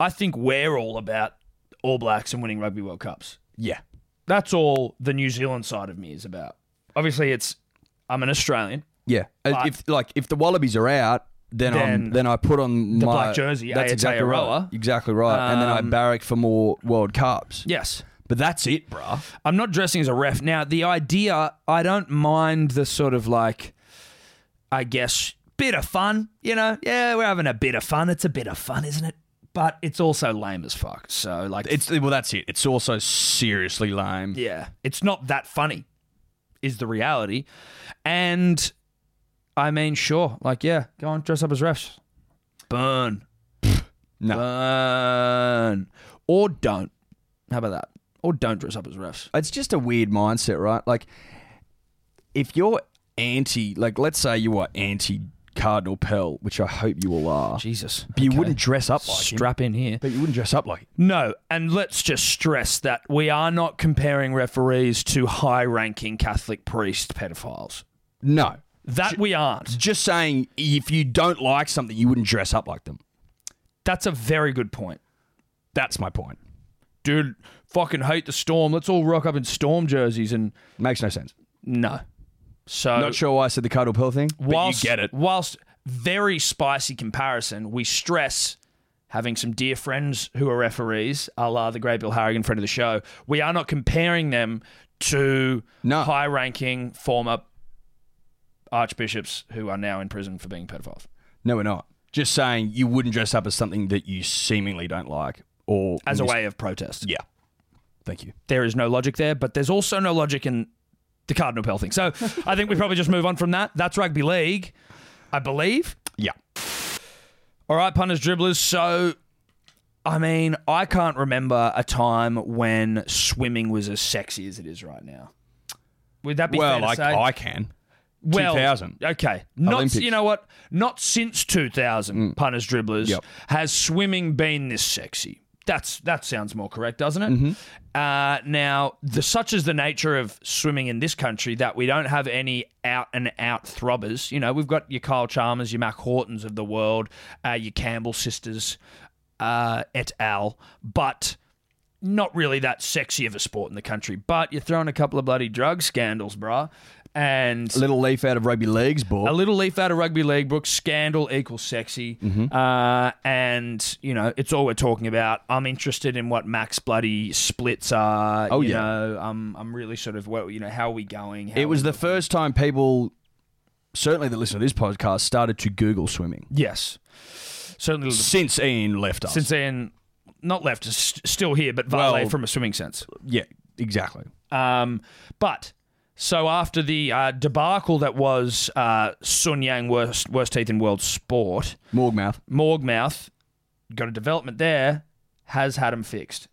Speaker 2: I think we're all about All Blacks and winning Rugby World Cups.
Speaker 3: yeah.
Speaker 2: That's all the New Zealand side of me is about. Obviously, it's I'm an Australian.
Speaker 3: Yeah. Uh,
Speaker 2: But-
Speaker 3: if like if the Wallabies are out, then
Speaker 2: Then
Speaker 3: I'm, then I put on
Speaker 2: the
Speaker 3: my
Speaker 2: black jersey, Aotearoa.
Speaker 3: That's exactly right. Exactly right. and then I
Speaker 2: Um,
Speaker 3: barrack for more World Cups.
Speaker 2: Yes.
Speaker 3: But that's it, bruh.
Speaker 2: I'm not dressing as a ref. Now, the idea, I don't mind the sort of like, I guess, bit of fun. You know, yeah, we're having a bit of fun. It's a bit of fun, isn't it? But it's also lame as fuck. So, like,
Speaker 3: It's well, that's it. It's also seriously lame.
Speaker 2: yeah, it's not that funny, is the reality. And I mean, sure, like, yeah, go on, dress up as refs. Burn.
Speaker 3: No.
Speaker 2: Burn. Or don't. How about that? Or don't dress up as refs.
Speaker 3: It's just a weird mindset, right? Like, if you're anti, like, let's say you are anti Cardinal Pell, which I hope you all are,
Speaker 2: Jesus.
Speaker 3: but you
Speaker 2: Okay.
Speaker 3: wouldn't dress up like him.
Speaker 2: strap in here.
Speaker 3: But you wouldn't dress up like him.
Speaker 2: No, and let's just stress that we are not comparing referees to high ranking Catholic priest pedophiles.
Speaker 3: No.
Speaker 2: That we aren't.
Speaker 3: Just saying, if you don't like something, you wouldn't dress up like them.
Speaker 2: That's a very good point.
Speaker 3: That's my point.
Speaker 2: Dude, fucking hate the storm. Let's all rock up in storm jerseys and
Speaker 3: Makes no sense.
Speaker 2: no. So
Speaker 3: Not sure why I said the Cardinal Pell thing, but
Speaker 2: whilst,
Speaker 3: you get it.
Speaker 2: Whilst very spicy comparison, we stress having some dear friends who are referees, a la the great Bill Harrigan, friend of the show. We are not comparing them to
Speaker 3: No.
Speaker 2: high ranking former archbishops who are now in prison for being pedophiles.
Speaker 3: No, we're not. Just saying you wouldn't dress up as something that you seemingly don't like or
Speaker 2: As a way of protest.
Speaker 3: Yeah. Thank you.
Speaker 2: There is no logic there, but there's also no logic in the Cardinal Pell thing. So I think we probably just move on from that. That's rugby league, I believe.
Speaker 3: Yeah.
Speaker 2: All right, punters, dribblers. So, I mean, I can't remember a time when swimming was as sexy as it is right now. Would that be
Speaker 3: Well,
Speaker 2: fair to
Speaker 3: I,
Speaker 2: say?
Speaker 3: I can.
Speaker 2: well,
Speaker 3: 2000.
Speaker 2: Okay, not
Speaker 3: Olympics. Mm.
Speaker 2: you know what? Not since two thousand, punters, dribblers,
Speaker 3: Yep.
Speaker 2: has swimming been this sexy. That's that sounds more correct, doesn't it?
Speaker 3: Mm-hmm.
Speaker 2: Uh, now, the, such is the nature of swimming in this country that we don't have any out and out throbbers. You know, we've got your Kyle Chalmers, your Mac Hortons of the world, uh, your Campbell sisters, uh, et al. But not really that sexy of a sport in the country. But you're throwing a couple of bloody drug scandals, bruh. And
Speaker 3: Little leaf out of rugby leagues,
Speaker 2: a
Speaker 3: boy.
Speaker 2: little leaf out of rugby league, Brooks. Scandal equals sexy,
Speaker 3: Mm-hmm.
Speaker 2: uh, and you know it's all we're talking about. I'm interested in what Max bloody splits are.
Speaker 3: Oh,
Speaker 2: you
Speaker 3: yeah.
Speaker 2: know, I'm I'm really sort of well, you know, how are we going? How
Speaker 3: It was
Speaker 2: are
Speaker 3: the
Speaker 2: we-
Speaker 3: first time people, certainly that listen to this podcast, started to Google swimming.
Speaker 2: yes. certainly
Speaker 3: since Ian left us.
Speaker 2: since then not left, s- still here, but valet
Speaker 3: Well-
Speaker 2: from a swimming sense.
Speaker 3: yeah, exactly.
Speaker 2: Um, but so after the uh, debacle that was uh, Sun Yang worst worst teeth in world sport,
Speaker 3: Morgmouth.
Speaker 2: Morgmouth got a development there, has had him fixed.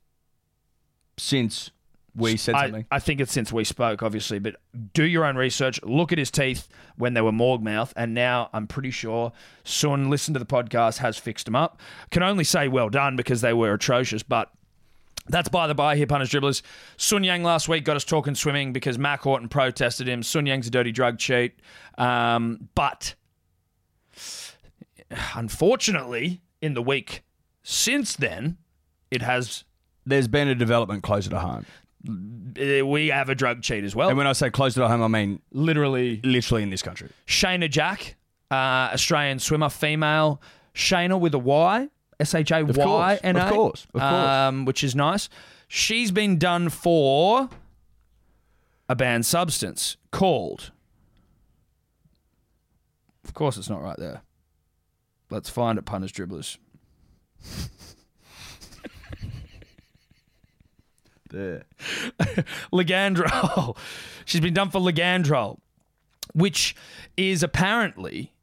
Speaker 3: Since we said
Speaker 2: I,
Speaker 3: something.
Speaker 2: I think it's since we spoke, obviously, but do your own research. Look at his teeth when they were Morgmouth, and now I'm pretty sure Sun listened to the podcast, has fixed them up. Can only say well done because they were atrocious, but That's by the by here, punters dribblers. Sun Yang last week got us talking swimming because Mac Horton protested him. Sun Yang's a dirty drug cheat. Um, but unfortunately, in the week since then, it has.
Speaker 3: There's been a development closer to home.
Speaker 2: eh, We have a drug cheat as well.
Speaker 3: And when I say closer to home, I mean
Speaker 2: Literally.
Speaker 3: literally in this country.
Speaker 2: Shayna Jack, uh, Australian swimmer, female. Shayna with a Y, S H A Y N A.
Speaker 3: Of course, of course.
Speaker 2: Um, which is nice. She's been done for a banned substance called. Of course, it's not right there. Let's find it, punters, dribblers.
Speaker 3: There.
Speaker 2: Legandrol. She's been done for Legandrol, which is apparently,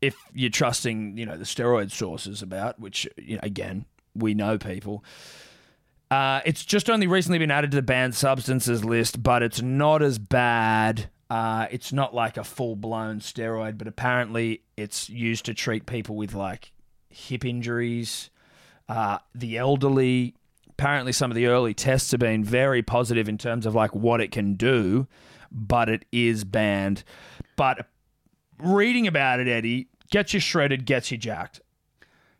Speaker 2: if you're trusting, you know, the steroid sources about, which, you know, again, we know people. Uh, it's just only recently been added to the banned substances list, but it's not as bad. Uh, it's not like a full blown steroid, but apparently it's used to treat people with like hip injuries, uh, the elderly. Apparently, some of the early tests have been very positive in terms of like what it can do, but it is banned. But reading about it, Eddie, gets you shredded, gets you jacked.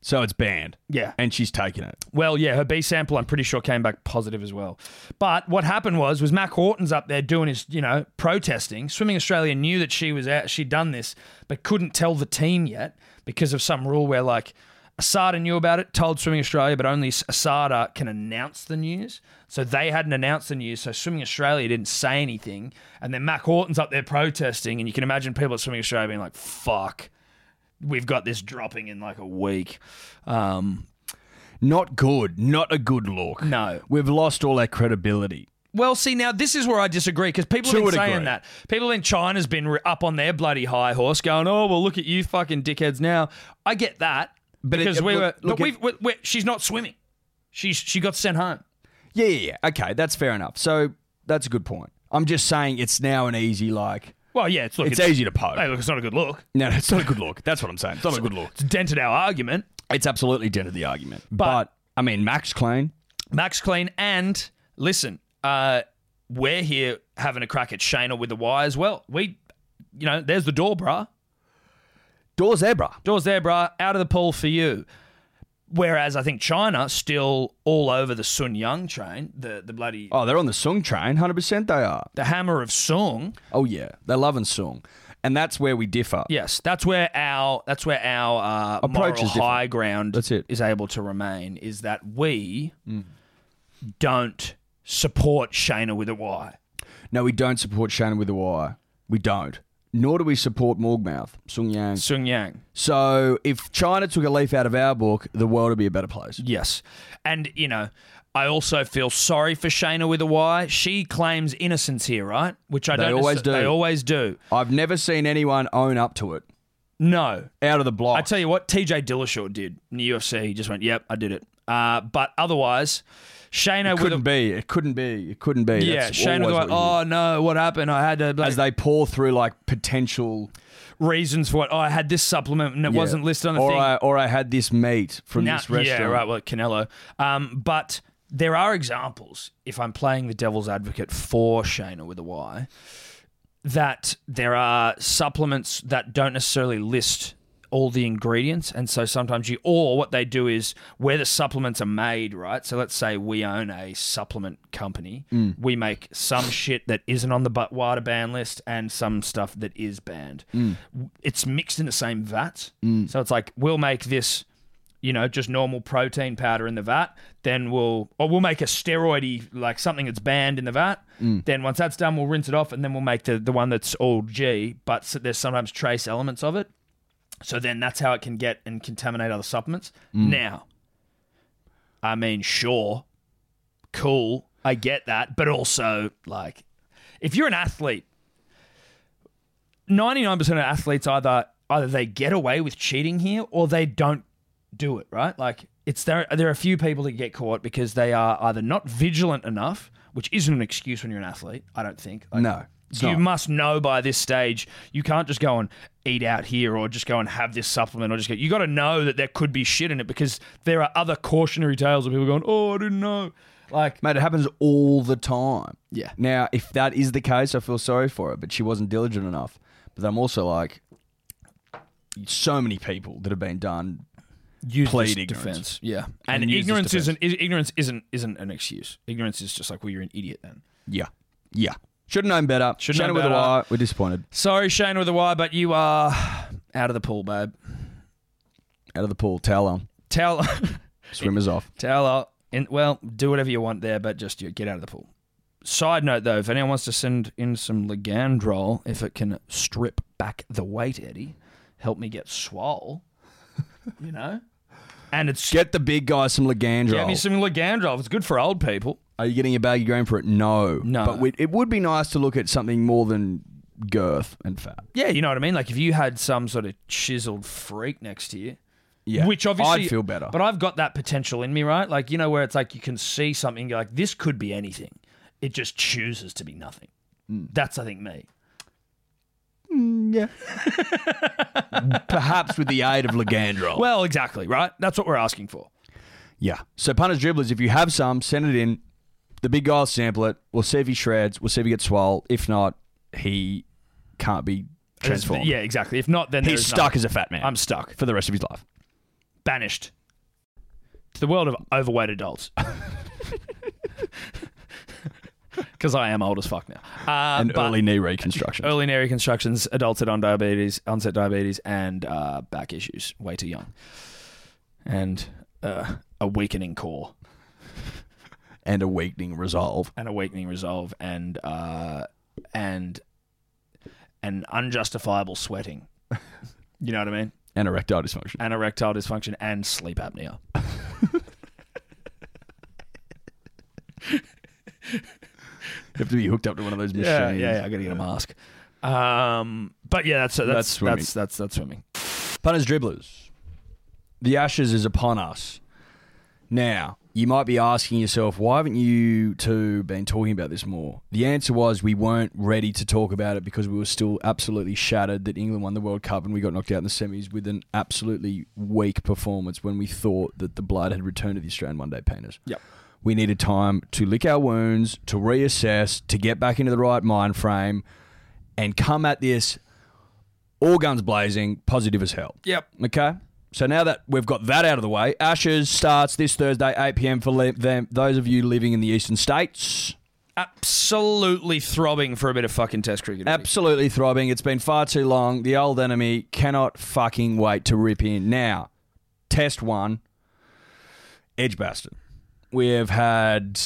Speaker 3: So it's banned.
Speaker 2: Yeah.
Speaker 3: And she's taking it.
Speaker 2: Well, yeah, her B sample, I'm pretty sure, came back positive as well. But what happened was, was Mac Horton's up there doing his, you know, protesting. Swimming Australia knew that she was out, she'd done this, but couldn't tell the team yet because of some rule where, like, Asada knew about it, told Swimming Australia, but only Asada can announce the news. So they hadn't announced the news, so Swimming Australia didn't say anything. And then Mac Horton's up there protesting, and you can imagine people at Swimming Australia being like, fuck, we've got this dropping in like a week. Um,
Speaker 3: Not good. Not a good look.
Speaker 2: no.
Speaker 3: We've lost all our credibility.
Speaker 2: Well, see, now this is where I disagree because people
Speaker 3: To
Speaker 2: have
Speaker 3: a
Speaker 2: been saying
Speaker 3: degree.
Speaker 2: that. People in China's been re- up on their bloody high horse, going, "Oh, well, look at you, fucking dickheads!" Now I get that,
Speaker 3: But it-
Speaker 2: because we
Speaker 3: look-
Speaker 2: were,
Speaker 3: look
Speaker 2: but
Speaker 3: at-
Speaker 2: we've, we we she's not swimming. She's she got sent home.
Speaker 3: Yeah, yeah, yeah. Okay, that's fair enough. So that's a good point. I'm just saying it's now an easy like.
Speaker 2: Well, yeah, it's look,
Speaker 3: It's,
Speaker 2: it's,
Speaker 3: easy to poke.
Speaker 2: Hey, look, it's not a good look.
Speaker 3: No, no, it's not a good look. That's what I'm saying. It's not a good look.
Speaker 2: It's dented our argument.
Speaker 3: It's absolutely dented the argument. But, I mean, Max Klein.
Speaker 2: Max Clean and listen, uh, we're here having a crack at Shayna with the Y as well. We, you know, there's the door, bruh.
Speaker 3: Door zebra.
Speaker 2: Doors there, bruh. Out of the pool for you. Whereas I think China still all over the Sun Yang train, the the bloody
Speaker 3: Oh, they're on the Sung train. 100% they are.
Speaker 2: the hammer of Song.
Speaker 3: Oh, yeah. They're loving Sung. And that's where we differ.
Speaker 2: Yes, that's where our that's where our uh,
Speaker 3: Approach
Speaker 2: moral
Speaker 3: is different.
Speaker 2: high ground
Speaker 3: That's it. Mm.
Speaker 2: is able to remain is that we don't support Shana with a Y.
Speaker 3: No, we don't support Shannon with a Y. We don't. Nor do we support Morgmouth, Sung Yang.
Speaker 2: Sun Yang.
Speaker 3: So if China took a leaf out of our book, the world would be a better place.
Speaker 2: Yes. And, you know, I also feel sorry for Shana with a Y. She claims innocence here, right? Which I
Speaker 3: They
Speaker 2: don't
Speaker 3: always
Speaker 2: necessar-
Speaker 3: do.
Speaker 2: They always do.
Speaker 3: I've never seen anyone own up to it
Speaker 2: No.
Speaker 3: out of the block.
Speaker 2: I tell you what, TJ Dillashaw did in the UFC. He just went, "Yep, I did it." Uh, but otherwise, Shayna with
Speaker 3: couldn't
Speaker 2: a,
Speaker 3: be. It couldn't be. It couldn't be.
Speaker 2: yeah,
Speaker 3: That's
Speaker 2: Shayna
Speaker 3: always
Speaker 2: was like,
Speaker 3: what you
Speaker 2: "Oh no, what happened? I had to,
Speaker 3: do.
Speaker 2: like,
Speaker 3: as they pour through like potential.
Speaker 2: reasons for it. Oh, I had this supplement and it wasn't listed on the
Speaker 3: or
Speaker 2: thing.
Speaker 3: I, or I had this meat from
Speaker 2: Now-
Speaker 3: this restaurant.
Speaker 2: Yeah, right. Well, Canelo. Um, but there are examples. If I'm playing the devil's advocate for Shayna with a Y, that there are supplements that don't necessarily list all the ingredients, and so sometimes you or what they do is where the supplements are made, right? So let's say we own a supplement company,
Speaker 3: Mm.
Speaker 2: we make some shit that isn't on the but wider ban list and some stuff that is banned.
Speaker 3: Mm.
Speaker 2: It's mixed in the same vat, so it's like we'll make this you know, just normal protein powder in the vat. Then we'll, or we'll make a steroidy, like something that's banned in the vat. Then once that's done, we'll rinse it off and then we'll make the, the one that's all G, but s there's sometimes trace elements of it. So then that's how it can get and contaminate other supplements. Now, I mean, sure, cool, I get that, but also like, if you're an athlete, ninety nine percent of athletes either either they get away with cheating here or they don't do it. Right? Like, it's there. There are a few people that get caught because they are either not vigilant enough, which isn't an excuse when you're an athlete. I don't think. Like,
Speaker 3: No, it's
Speaker 2: you
Speaker 3: not.
Speaker 2: must know by this stage. You can't just go and eat out here or just go and have this supplement or just go. You got to know that there could be shit in it because there are other cautionary tales of people going, "Oh, I didn't know." Like,
Speaker 3: Mate, it happens all the time.
Speaker 2: Yeah.
Speaker 3: Now, if that is the case, I feel sorry for her, but she wasn't diligent enough. But I'm also like, so many people that have been done.
Speaker 2: use
Speaker 3: Plead
Speaker 2: this
Speaker 3: ignorance.
Speaker 2: defense. Yeah, and,
Speaker 3: And use this
Speaker 2: ignorance
Speaker 3: defense.
Speaker 2: isn't is- ignorance isn't isn't an excuse. Ignorance is just like, well, you're an idiot then.
Speaker 3: Yeah. Yeah. Should have known better.
Speaker 2: Should've known
Speaker 3: Shannon with a
Speaker 2: better.
Speaker 3: Y. We're disappointed.
Speaker 2: Sorry, Shane with a Y, but you are out of the pool, babe.
Speaker 3: Out of the pool, towel on,
Speaker 2: Towel,
Speaker 3: swimmers off.
Speaker 2: towel up, and well, do whatever you want there, but just you get out of the pool. Side note though, if anyone wants to send in some Legandrol, if it can strip back the weight, Eddie, help me get swole. you know, and it's get,
Speaker 3: Get the big guy some Legandro.
Speaker 2: me some Legandrol. It's good for old people.
Speaker 3: Are you getting a baggy grain for it? No.
Speaker 2: No.
Speaker 3: But we, it would be nice to look at something more than girth and fat.
Speaker 2: Yeah, you know what I mean. Like if you had some sort of chiseled freak next to you,
Speaker 3: Yeah.
Speaker 2: Which obviously
Speaker 3: I'd feel better.
Speaker 2: But I've got that potential in me, right? Like you know where it's like you can see something you're like this could be anything. It just chooses to be nothing.
Speaker 3: Mm.
Speaker 2: That's I think me.
Speaker 3: yeah. Perhaps with the aid of Legandro.
Speaker 2: Well, exactly, right? That's what we're asking for.
Speaker 3: Yeah. So punters, dribblers, if you have some, send it in. The big guy will sample it. We'll see if he shreds. We'll see if he gets swole. If not, he can't be transformed.
Speaker 2: Yeah, exactly. If not then there
Speaker 3: He's
Speaker 2: is
Speaker 3: stuck
Speaker 2: nothing.
Speaker 3: as a fat man
Speaker 2: I'm stuck.
Speaker 3: for the rest of his life.
Speaker 2: Banished to the world of overweight adults. Because I am old as fuck now. Uh,
Speaker 3: And
Speaker 2: but- Oh.
Speaker 3: early knee reconstruction.
Speaker 2: Early knee reconstructions, adulthood on diabetes, onset diabetes, and uh, back issues. Way too young, and uh, a weakening core,
Speaker 3: and a weakening resolve.
Speaker 2: and a weakening resolve, and uh, and an unjustifiable sweating. You know what I mean?
Speaker 3: And erectile dysfunction.
Speaker 2: And erectile dysfunction and sleep apnea.
Speaker 3: You have to be hooked up to one of those machines.
Speaker 2: Yeah, yeah, yeah, I gotta get a mask. Um, but yeah, that's
Speaker 3: That's
Speaker 2: that's that's
Speaker 3: swimming.
Speaker 2: that's, that's, swimming.
Speaker 3: Punters, dribblers. The Ashes is upon us. Now, you might be asking yourself, why haven't you two been talking about this more? The answer was we weren't ready to talk about it because we were still absolutely shattered that England won the World Cup and we got knocked out in the semis with an absolutely weak performance when we thought that the blood had returned to the Australian one day painters.
Speaker 2: Yep.
Speaker 3: We needed time to lick our wounds, to reassess, to get back into the right mind frame, and come at this all guns blazing, positive as hell.
Speaker 2: Yep.
Speaker 3: Okay. So now that we've got that out of the way, Ashes starts this Thursday, 8 p.m. for li- them, those of you living in the eastern states.
Speaker 2: Absolutely throbbing for a bit of fucking test cricket. Eddie.
Speaker 3: Absolutely throbbing. It's been far too long. The old enemy cannot fucking wait to rip in. Now, test one, Edgebaston. We've had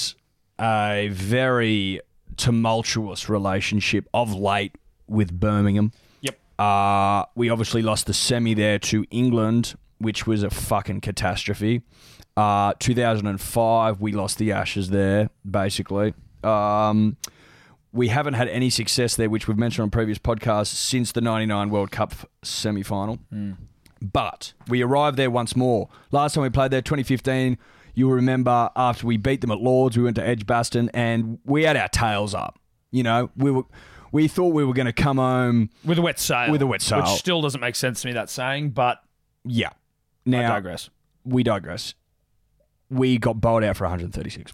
Speaker 3: a very tumultuous relationship of late with Birmingham.
Speaker 2: Yep.
Speaker 3: Uh, we obviously lost the semi there to England, which was a fucking catastrophe. Uh, 2005, we lost the Ashes there, basically. Um, we haven't had any success there, which we've mentioned on previous podcasts, since the 99 World Cup semi final. But we arrived there once more. Last time we played there, 2015, you'll remember after we beat them at Lords, we went to Edgebaston and we had our tails up. You know, we were. We thought we were going to come home
Speaker 2: With a wet sail.
Speaker 3: With a wet sail.
Speaker 2: Which still doesn't make sense to me, that saying, but
Speaker 3: Yeah.
Speaker 2: I
Speaker 3: Now
Speaker 2: digress.
Speaker 3: we digress. We got bowled out for 136.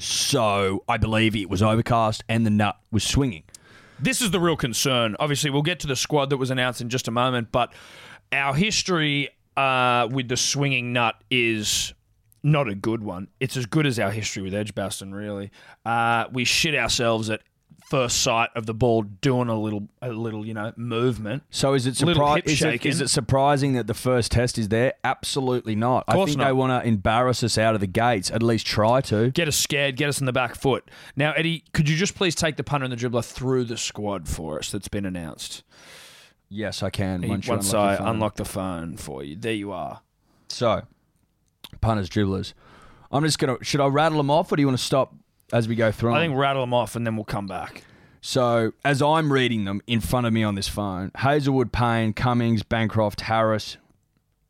Speaker 3: So I believe it was overcast and the nut was swinging.
Speaker 2: This is the real concern. Obviously, we'll get to the squad that was announced in just a moment, but our history uh, with the swinging nut is not a good one. It's as good as our history with Edgebaston, really. Uh, we shit ourselves at first sight of the ball doing a little, a little, you know, movement.
Speaker 3: So is it
Speaker 2: Little
Speaker 3: surprising?
Speaker 2: hip
Speaker 3: Is, it-
Speaker 2: shaking.
Speaker 3: is it surprising that the first test is there? Absolutely not. I
Speaker 2: Course
Speaker 3: think
Speaker 2: not.
Speaker 3: they want to embarrass us out of the gates. At least try to.
Speaker 2: Get us scared, get us in the back foot. Now, Eddie, could you just please take the punter and the dribbler through the squad for us that's been announced?
Speaker 3: Yes, I can.
Speaker 2: He-
Speaker 3: Once, you
Speaker 2: once I
Speaker 3: unlock your phone.
Speaker 2: unlock the phone for you, there you are.
Speaker 3: So, punters, dribblers. I'm just gonna. Should I rattle them off, or do you want to stop as we go through?
Speaker 2: I
Speaker 3: 'em?
Speaker 2: think rattle them off and then we'll come back.
Speaker 3: So as I'm reading them in front of me on this phone, Hazelwood, Payne, Cummings, Bancroft, Harris,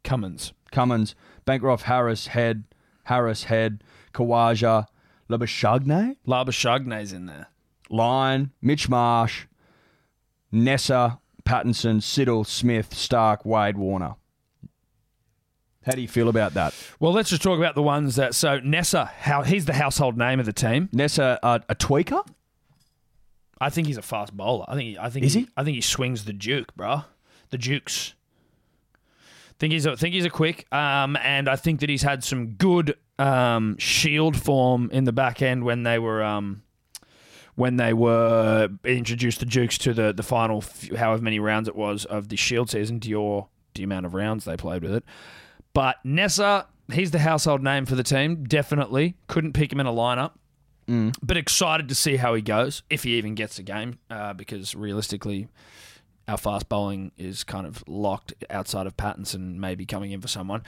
Speaker 2: Cummins.
Speaker 3: Cummins, Bancroft, Harris, Head, Harris, Head, Kawaja, Labashagne,
Speaker 2: Labashagne's in there.
Speaker 3: Lyon, Mitch Marsh, Nessa, Pattinson, Siddle, Smith, Stark, Wade, Warner. How do you feel about that?
Speaker 2: Well, let's just talk about the ones that. So Nessa, how he's the household name of the team.
Speaker 3: Nessa, uh, a tweaker?
Speaker 2: I think he's a fast bowler. I think. I think.
Speaker 3: Is he?
Speaker 2: I think he swings the Duke, bruh. The Dukes. Think he's. A, think he's a quick. Um, and I think that he's had some good um shield form in the back end when they were um. When they were introduced the Dukes to the the final, few, however many rounds it was of the Shield season, to your the amount of rounds they played with it. But Nessa, he's the household name for the team, definitely. Couldn't pick him in a lineup. But excited to see how he goes, if he even gets a game, uh, because realistically, our fast bowling is kind of locked outside of Pattinson maybe coming in for someone.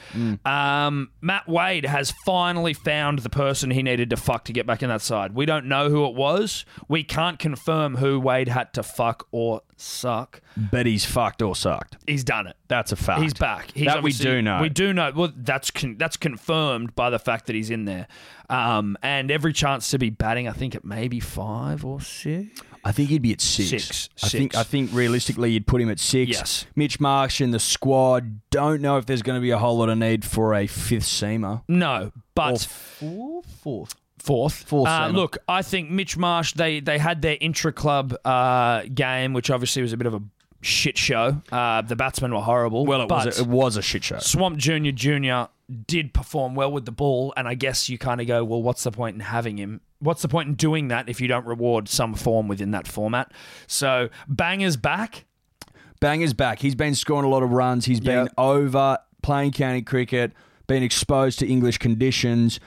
Speaker 2: Um, Matt Wade has finally found the person he needed to fuck to get back in that side. We don't know who it was. We can't confirm who Wade had to fuck or suck.
Speaker 3: But he's fucked or sucked.
Speaker 2: He's done it.
Speaker 3: That's a fact.
Speaker 2: He's back. He's
Speaker 3: That we
Speaker 2: obviously-
Speaker 3: do know.
Speaker 2: We do know. Well, that's con- that's confirmed by the fact that he's in there, um, and every chance to be batting. I think at maybe five or six.
Speaker 3: I think he'd be at six.
Speaker 2: Six.
Speaker 3: I think
Speaker 2: Six.
Speaker 3: I think realistically you'd put him at six.
Speaker 2: Yes.
Speaker 3: Mitch Marsh in the squad. Don't know if there's going to be a whole lot of need for a fifth seamer.
Speaker 2: No, but
Speaker 3: four, fourth.
Speaker 2: Fourth.
Speaker 3: Fourth
Speaker 2: Uh,
Speaker 3: seamer.
Speaker 2: look, I think Mitch Marsh, they, they had their intra club uh, game, which obviously was a bit of a shit show. Uh, the batsmen were horrible.
Speaker 3: Well, it
Speaker 2: but
Speaker 3: was a, it was a shit show.
Speaker 2: Swamp Junior Junior did perform well with the ball, and I guess you kind of go, well, what's the point in having him? What's the point in doing that if you don't reward some form within that format? So Banger's back.
Speaker 3: Banger's back. He's been scoring a lot of runs. He's been
Speaker 2: Yep.
Speaker 3: over playing county cricket, been exposed to English conditions,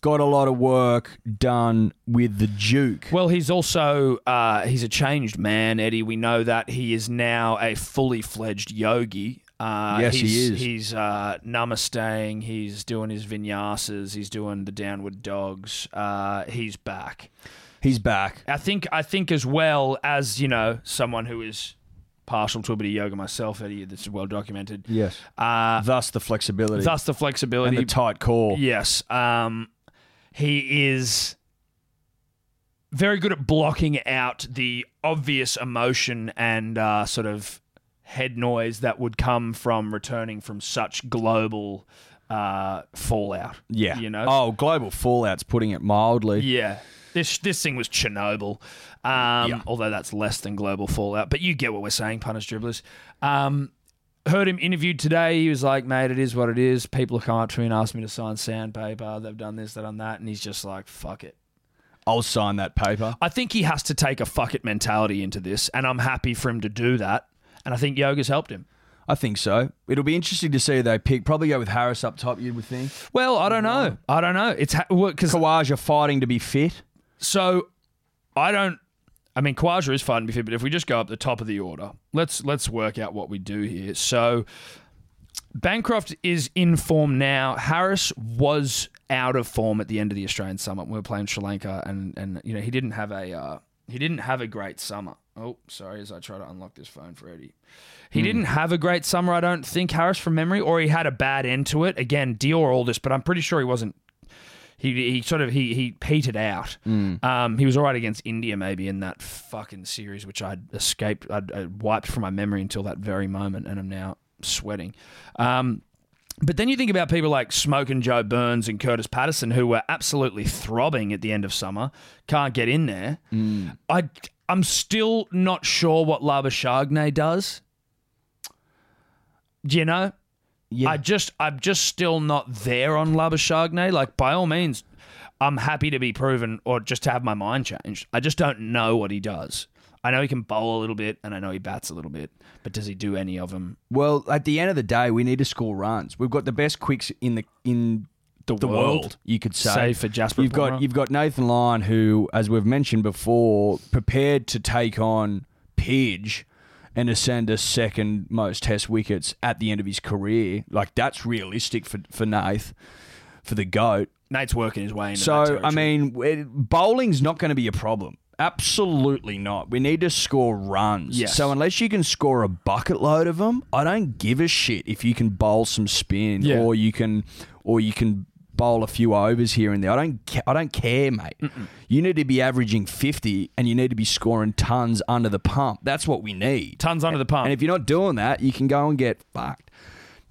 Speaker 3: got a lot of work done with the Duke.
Speaker 2: Well, he's also uh, he's a changed man, Eddie. We know that he is now a fully fledged yogi. Uh,
Speaker 3: Yes, he
Speaker 2: he's,
Speaker 3: is.
Speaker 2: He's uh, namasteing. He's doing his vinyasas. He's doing the downward dogs. Uh, he's back.
Speaker 3: He's back.
Speaker 2: I think. I think as well as you know, someone who is partial to a bit of yoga myself, Eddie. This is well documented.
Speaker 3: Yes.
Speaker 2: Uh,
Speaker 3: Thus the flexibility
Speaker 2: thus the flexibility.
Speaker 3: and the tight core.
Speaker 2: Yes. Um, he is very good at blocking out the obvious emotion and uh, sort of head noise that would come from returning from such global uh, fallout.
Speaker 3: Yeah.
Speaker 2: You know?
Speaker 3: Oh, global fallout's putting it mildly.
Speaker 2: Yeah. This, this thing was Chernobyl, um,
Speaker 3: Yeah.
Speaker 2: although that's less than global fallout. But you get what we're saying, punters, dribblers. Um, heard him interviewed today. He was like, "Mate, it is what it is. People have come up to me and asked me to sign sandpaper. They've done this, they've done that," and he's just like, "Fuck it."
Speaker 3: I'll sign that paper.
Speaker 2: I think he has to take a fuck it mentality into this, and I'm happy for him to do that. And I think yoga's helped him.
Speaker 3: I think so. It'll be interesting to see who they pick. Probably go with Harris up top, you would think.
Speaker 2: Well, I don't know. I don't know. It's because
Speaker 3: Kawaja fighting to be fit.
Speaker 2: So I don't. I mean, Kwaja is fine to be fit, but if we just go up the top of the order, let's let's work out what we do here. So Bancroft is in form now. Harris was out of form at the end of the Australian summer. We were playing Sri Lanka, and and you know he didn't have a uh, he didn't have a great summer. Oh, sorry, as I try to unlock this phone for Eddie. He didn't have a great summer, I don't think, Harris, from memory, or he had a bad end to it. Again, Dior all this, but I'm pretty sure he wasn't he he sort of he he petered out. Um, he was all right against India maybe in that fucking series, which I'd escaped, I'd, I'd wiped from my memory until that very moment, and I'm now sweating. Um, but then you think about people like Smoke and Joe Burns and Curtis Patterson, who were absolutely throbbing at the end of summer, can't get in there. I I'm still not sure what Labashagne does. Do you know?
Speaker 3: Yeah.
Speaker 2: I just I'm just still not there on Labashagne. Like by all means, I'm happy to be proven or just to have my mind changed. I just don't know what he does. I know he can bowl a little bit and I know he bats a little bit, but does he do any of them?
Speaker 3: Well, at the end of the day, we need to score runs. We've got the best quicks in the in
Speaker 2: The
Speaker 3: world,
Speaker 2: world.
Speaker 3: you could say.
Speaker 2: Save for Jasper
Speaker 3: You've
Speaker 2: Palmer.
Speaker 3: got you've got Nathan Lyon, who, as we've mentioned before, prepared to take on Pidge and Asanda second most Test wickets at the end of his career. Like that's realistic for for Nath, for the goat.
Speaker 2: Nate's working his way into that
Speaker 3: So I
Speaker 2: territory.
Speaker 3: mean, we- bowling's not going to be a problem. Absolutely not. We need to score runs.
Speaker 2: Yes.
Speaker 3: So unless you can score a bucket load of them, I don't give a shit if you can bowl some spin
Speaker 2: Yeah.
Speaker 3: or you can or you can bowl a few overs here and there. I don't ca- I don't care, mate. You need to be averaging 50 and you need to be scoring tons under the pump. That's what we need.
Speaker 2: tons under the pump.
Speaker 3: And if you're not doing that, you can go and get fucked.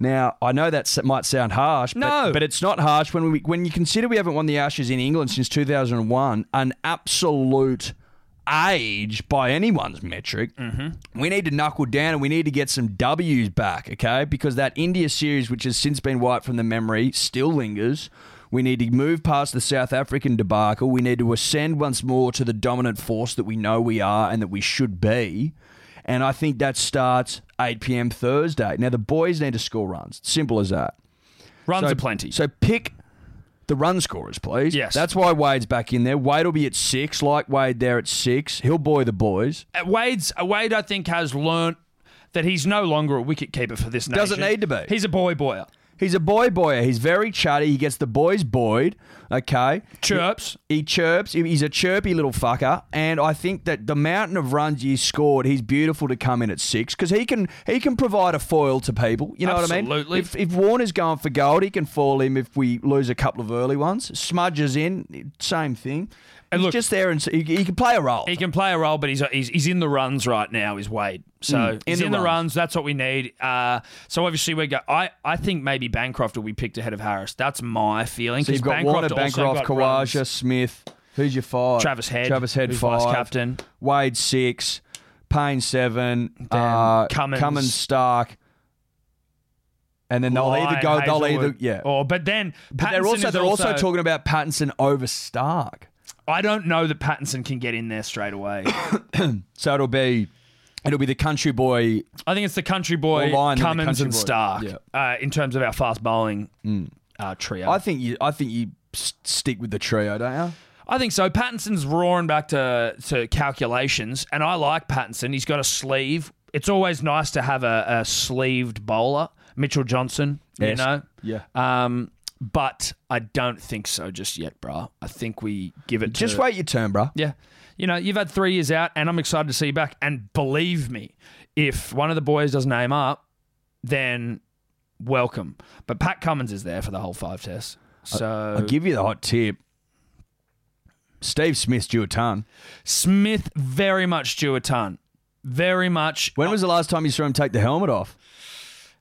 Speaker 3: Now, I know that s- might sound harsh,
Speaker 2: No.
Speaker 3: but, but it's not harsh when we when you consider we haven't won the Ashes in England since 2001, an absolute age by anyone's metric. Mm-hmm. We need to knuckle down and we need to get some W's back, okay? Because that India series, which has since been wiped from the memory, still lingers. We need to move past the South African debacle. We need to ascend once more to the dominant force that we know we are and that we should be. And I think that starts 8 p.m. Thursday. Now, the boys need to score runs. Simple as that.
Speaker 2: Runs
Speaker 3: So-
Speaker 2: are plenty.
Speaker 3: So pick the run scorers, please.
Speaker 2: Yes.
Speaker 3: That's why Wade's back in there. Wade will be at six. Like Wade there at six. He'll boy the boys.
Speaker 2: Uh, Wade's uh, Wade, I think, has learnt that he's no longer a wicket keeper for this nation.
Speaker 3: Doesn't need to be.
Speaker 2: He's a boy boyer.
Speaker 3: He's a boy boyer. He's very chatty. He gets the boys buoyed. Okay.
Speaker 2: Chirps.
Speaker 3: He chirps. He- He's a chirpy little fucker, and I think that the mountain of runs he's scored, he's beautiful to come in at six because he can he can provide a foil to people. You know what I mean?
Speaker 2: Absolutely.
Speaker 3: If, if Warner's going for gold, he can foil him. If we lose a couple of early ones, Smudges in, same thing.
Speaker 2: And
Speaker 3: he's
Speaker 2: look-
Speaker 3: just there, and s- he, he can play a role.
Speaker 2: He can play a role, but he's he's, he's in the runs right now. Is Wade? So he's
Speaker 3: Hmm. the
Speaker 2: in the runs.
Speaker 3: runs.
Speaker 2: That's what we need. Uh, so obviously we go. I, I think maybe Bancroft will be picked ahead of Harris. That's my feeling.
Speaker 3: so
Speaker 2: 'cause
Speaker 3: you've got Warner,
Speaker 2: also
Speaker 3: Bancroft,
Speaker 2: got runs.
Speaker 3: Kawaja, Smith. Who's your five?
Speaker 2: Travis Head,
Speaker 3: Travis Head
Speaker 2: who's
Speaker 3: five.
Speaker 2: vice captain.
Speaker 3: Wade six. Payne seven. Uh,
Speaker 2: Cummins.
Speaker 3: Cummins Stark. And then they'll either
Speaker 2: Lyon,
Speaker 3: go. They'll either
Speaker 2: Hazelwood.
Speaker 3: yeah.
Speaker 2: Or but then
Speaker 3: But they're
Speaker 2: Pattinson
Speaker 3: also
Speaker 2: is
Speaker 3: they're also, talking about Pattinson over Stark.
Speaker 2: I don't know that Pattinson can get in there straight away.
Speaker 3: So it'll be it'll be the country boy.
Speaker 2: I think it's the country
Speaker 3: Or
Speaker 2: boy
Speaker 3: Lyon and the
Speaker 2: Cummins
Speaker 3: country
Speaker 2: and
Speaker 3: boy.
Speaker 2: Stark
Speaker 3: Yeah. Hmm.
Speaker 2: uh, in terms of our fast bowling uh, trio. I,
Speaker 3: I think you I think you s- stick with the trio, don't you?
Speaker 2: think so. Pattinson's roaring back to to calculations, and I like Pattinson. He's got a sleeve. It's always nice to have a, a sleeved bowler. Mitchell Johnson, you
Speaker 3: Yes.
Speaker 2: know.
Speaker 3: Yeah.
Speaker 2: Um, but I don't think so just yet, bruh. I think we give it
Speaker 3: Just
Speaker 2: to,
Speaker 3: wait your turn, bro.
Speaker 2: Yeah. You know, you've had three years out, and I'm excited to see you back. And believe me, if one of the boys doesn't aim up, then welcome. But Pat Cummins is there for the whole five tests. So
Speaker 3: I'll give you the hot tip. Steve Smith's due a ton.
Speaker 2: Smith very much due a ton. Very much.
Speaker 3: When was the last time you saw him take the helmet off?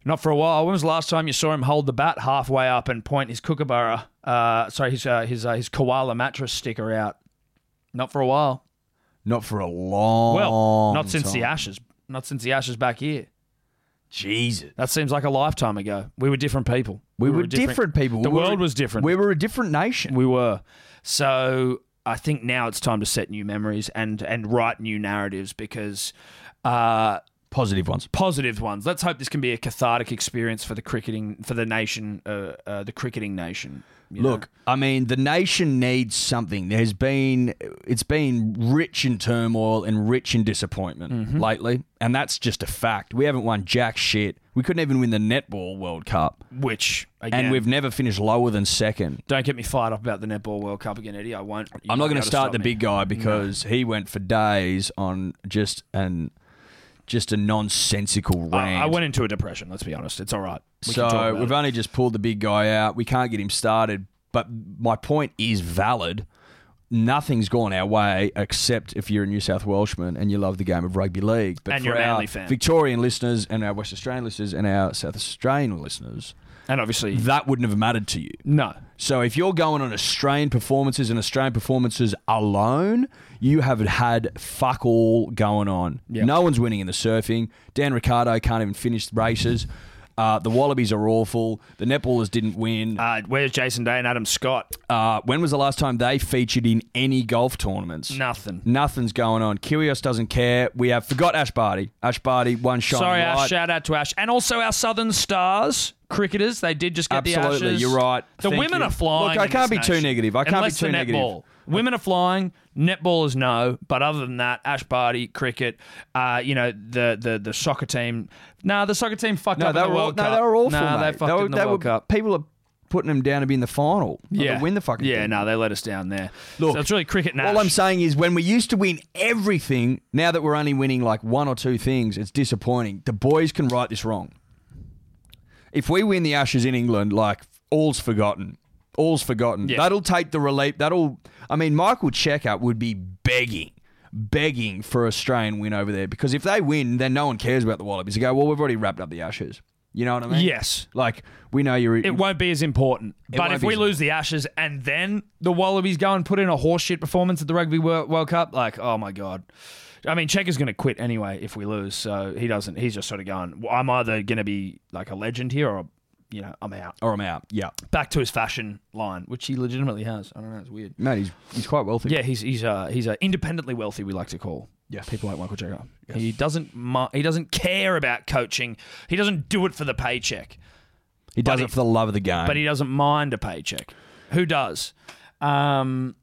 Speaker 2: Not for a while. When was the last time you saw him hold the bat halfway up and point his kookaburra, uh, sorry, his, uh, his, uh, his koala mattress sticker out? Not for a while.
Speaker 3: Not for a Oh, long.
Speaker 2: Well, not since
Speaker 3: time.
Speaker 2: the Ashes. Not since the Ashes back here.
Speaker 3: Jesus.
Speaker 2: That seems like a lifetime ago. We were different people.
Speaker 3: We, were,
Speaker 2: a
Speaker 3: different, people.
Speaker 2: The
Speaker 3: We were-
Speaker 2: world was different.
Speaker 3: We were a different nation.
Speaker 2: we were. So I think now it's time to set new memories and and write new narratives because uh,
Speaker 3: Positive ones.
Speaker 2: positive ones. Let's hope this can be a cathartic experience for the cricketing for the nation, uh, uh, the cricketing nation. you know?
Speaker 3: Look, I mean, the nation needs something. There's been it's been rich in turmoil and rich in disappointment
Speaker 2: Mm-hmm.
Speaker 3: lately, and that's just a fact. We haven't won jack shit. We couldn't even win the netball World Cup,
Speaker 2: which again,
Speaker 3: and we've never finished lower than second.
Speaker 2: don't get me fired up about the netball World Cup again, Eddie. I won't. You
Speaker 3: I'm not
Speaker 2: won't be
Speaker 3: going
Speaker 2: able
Speaker 3: to start the
Speaker 2: stop me.
Speaker 3: big guy because he went for days on just an just a nonsensical
Speaker 2: I,
Speaker 3: rant.
Speaker 2: I went into a depression. Let's be honest. It's all right. We can talk
Speaker 3: so
Speaker 2: about
Speaker 3: we've
Speaker 2: it.
Speaker 3: only just pulled the big guy out. We can't get him started. But my point is valid. Nothing's gone our way except if you're a New South Welshman and you love the game of rugby league. But
Speaker 2: And
Speaker 3: for
Speaker 2: you're a
Speaker 3: our
Speaker 2: Manly fan.
Speaker 3: Victorian listeners and our West Australian listeners and our South Australian listeners,
Speaker 2: and obviously
Speaker 3: that wouldn't have mattered to you.
Speaker 2: no.
Speaker 3: So if you're going on Australian performances and Australian performances alone, you have had fuck all going on.
Speaker 2: Yeah.
Speaker 3: No one's winning in the surfing. Dan Ricardo can't even finish races. Uh, the Wallabies are awful. The netballers didn't win.
Speaker 2: Uh, where's Jason Day and Adam Scott?
Speaker 3: Uh, when was the last time they featured in any golf tournaments?
Speaker 2: Nothing.
Speaker 3: Nothing's going on. Kyrgios doesn't care. We have forgot Ash Barty. Ash Barty, one shot.
Speaker 2: Sorry,
Speaker 3: light.
Speaker 2: Ash. Shout out to Ash. And also our Southern Stars. cricketers. They did just get the
Speaker 3: Absolutely,
Speaker 2: ashes.
Speaker 3: you're right.
Speaker 2: The
Speaker 3: Thank
Speaker 2: women
Speaker 3: you.
Speaker 2: are flying.
Speaker 3: Look, I
Speaker 2: in
Speaker 3: can't
Speaker 2: this
Speaker 3: be too
Speaker 2: nation.
Speaker 3: negative. I can't be
Speaker 2: Unless
Speaker 3: too
Speaker 2: the
Speaker 3: negative.
Speaker 2: netball. Women are flying. Netballers no, but other than that, ash party, cricket, uh, you know the the the soccer team. Nah, the soccer team fucked
Speaker 3: No,
Speaker 2: up
Speaker 3: they
Speaker 2: in the
Speaker 3: were all,
Speaker 2: World
Speaker 3: no,
Speaker 2: Cup.
Speaker 3: they were awful.
Speaker 2: Nah,
Speaker 3: mate.
Speaker 2: they fucked
Speaker 3: were,
Speaker 2: up in the
Speaker 3: they
Speaker 2: World
Speaker 3: were,
Speaker 2: Cup.
Speaker 3: People are putting them down to be in the final. Like,
Speaker 2: Yeah,
Speaker 3: to win the fucking.
Speaker 2: Yeah,
Speaker 3: thing.
Speaker 2: no, they let us down there.
Speaker 3: Look,
Speaker 2: so it's really cricket and
Speaker 3: All I'm
Speaker 2: ash.
Speaker 3: saying is, when we used to win everything, now that we're only winning like one or two things, it's disappointing. The boys can right this wrong. If we win the Ashes in England, like all's forgotten, all's forgotten.
Speaker 2: Yeah.
Speaker 3: That'll take the relief. That'll. I mean, Michael Checker would be begging. Begging for Australian win over there because if they win, then no one cares about the Wallabies. They go, well, we've already wrapped up the Ashes. You know what I mean?
Speaker 2: Yes.
Speaker 3: Like we know you're.
Speaker 2: It won't be as important. But
Speaker 3: won't
Speaker 2: if
Speaker 3: be
Speaker 2: we
Speaker 3: as
Speaker 2: lose the Ashes and then the Wallabies go and put in a horseshit performance at the Rugby Wor- World Cup, like, oh my God. I mean, Checker's going to quit anyway if we lose. So he doesn't. He's just sort of going, well, I'm either going to be like a legend here or, you know, I'm out.
Speaker 3: or I'm out. Yeah,
Speaker 2: Back to his fashion line, which he legitimately has. I don't know. It's weird.
Speaker 3: mate, he's he's quite wealthy.
Speaker 2: Yeah, he's he's uh, he's uh, independently wealthy. We like to call
Speaker 3: Yes.
Speaker 2: people like Michael Jagger. He doesn't mu- he doesn't care about coaching. He doesn't do it for the paycheck.
Speaker 3: he does
Speaker 2: but
Speaker 3: it
Speaker 2: he-
Speaker 3: for the love of the game.
Speaker 2: but he doesn't mind a paycheck. Who does? Um,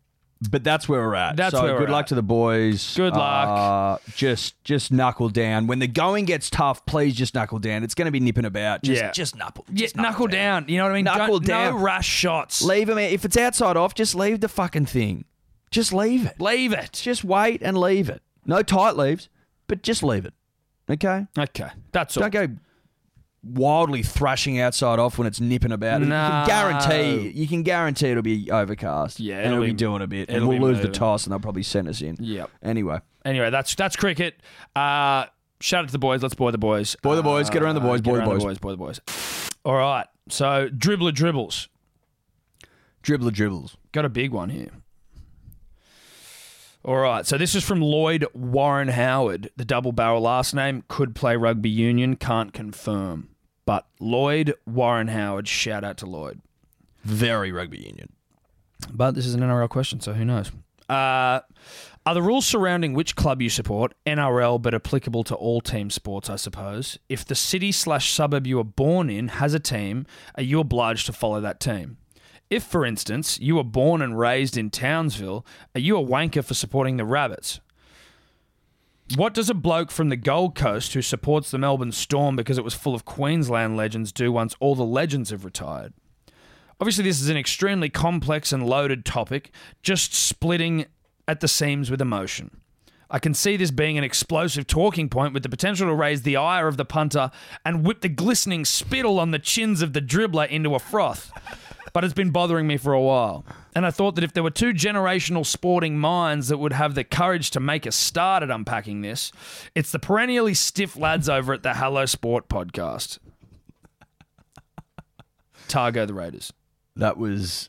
Speaker 3: But that's where we're at.
Speaker 2: That's
Speaker 3: so
Speaker 2: where we're
Speaker 3: good luck
Speaker 2: at.
Speaker 3: to the boys.
Speaker 2: Good luck.
Speaker 3: Uh, just just knuckle down. When the going gets tough, please just knuckle down. It's going to be nipping about. Just
Speaker 2: Yeah.
Speaker 3: just knuckle.
Speaker 2: yeah,
Speaker 3: Just
Speaker 2: knuckle, down. You know what I mean?
Speaker 3: Knuckle
Speaker 2: Don't-
Speaker 3: down.
Speaker 2: No rash shots.
Speaker 3: Leave him. If it's outside off, just leave the fucking thing. Just leave it.
Speaker 2: Leave it.
Speaker 3: Just wait and leave it. No tight leaves, but just leave it. Okay.
Speaker 2: Okay, that's all.
Speaker 3: Don't go wildly thrashing outside off when it's nipping about.
Speaker 2: No.
Speaker 3: You can guarantee you can guarantee it'll be overcast.
Speaker 2: Yeah,
Speaker 3: and
Speaker 2: it'll
Speaker 3: it'll be
Speaker 2: be-
Speaker 3: doing a bit, and
Speaker 2: it'll
Speaker 3: we'll
Speaker 2: be
Speaker 3: lose the
Speaker 2: moving.
Speaker 3: toss, and they'll probably send us in.
Speaker 2: Yep.
Speaker 3: Anyway.
Speaker 2: Anyway, that's that's cricket. Uh, shout out to the boys. Let's boy the boys. Uh,
Speaker 3: Boy the boys. Get around the boys.
Speaker 2: get
Speaker 3: Boy the
Speaker 2: around
Speaker 3: boys.
Speaker 2: Boy the boys. All right. So dribbler dribbles.
Speaker 3: Dribbler dribbles.
Speaker 2: Got a big one here. All right, so this is from Lloyd Warren Howard. The double barrel last name could play rugby union, can't confirm. But Lloyd Warren Howard, shout out to Lloyd.
Speaker 3: Very rugby union.
Speaker 2: But this is an NRL question, so who knows? Uh, are the rules surrounding which club you support NRL, but applicable to all team sports? I suppose. If the city slash suburb you are born in has a team, are you obliged to follow that team? If, for instance, you were born and raised in Townsville, are you a wanker for supporting the Rabbits? What does a bloke from the Gold Coast who supports the Melbourne Storm because it was full of Queensland legends do once all the legends have retired? Obviously, this is an extremely complex and loaded topic, just splitting at the seams with emotion. I can see this being an explosive talking point with the potential to raise the ire of the punter and whip the glistening spittle on the chins of the dribbler into a froth. But it's been bothering me for a while. And I thought that if there were two generational sporting minds that would have the courage to make a start at unpacking this, it's the perennially stiff lads over at the Hello Sport podcast. Targo the Raiders.
Speaker 3: That was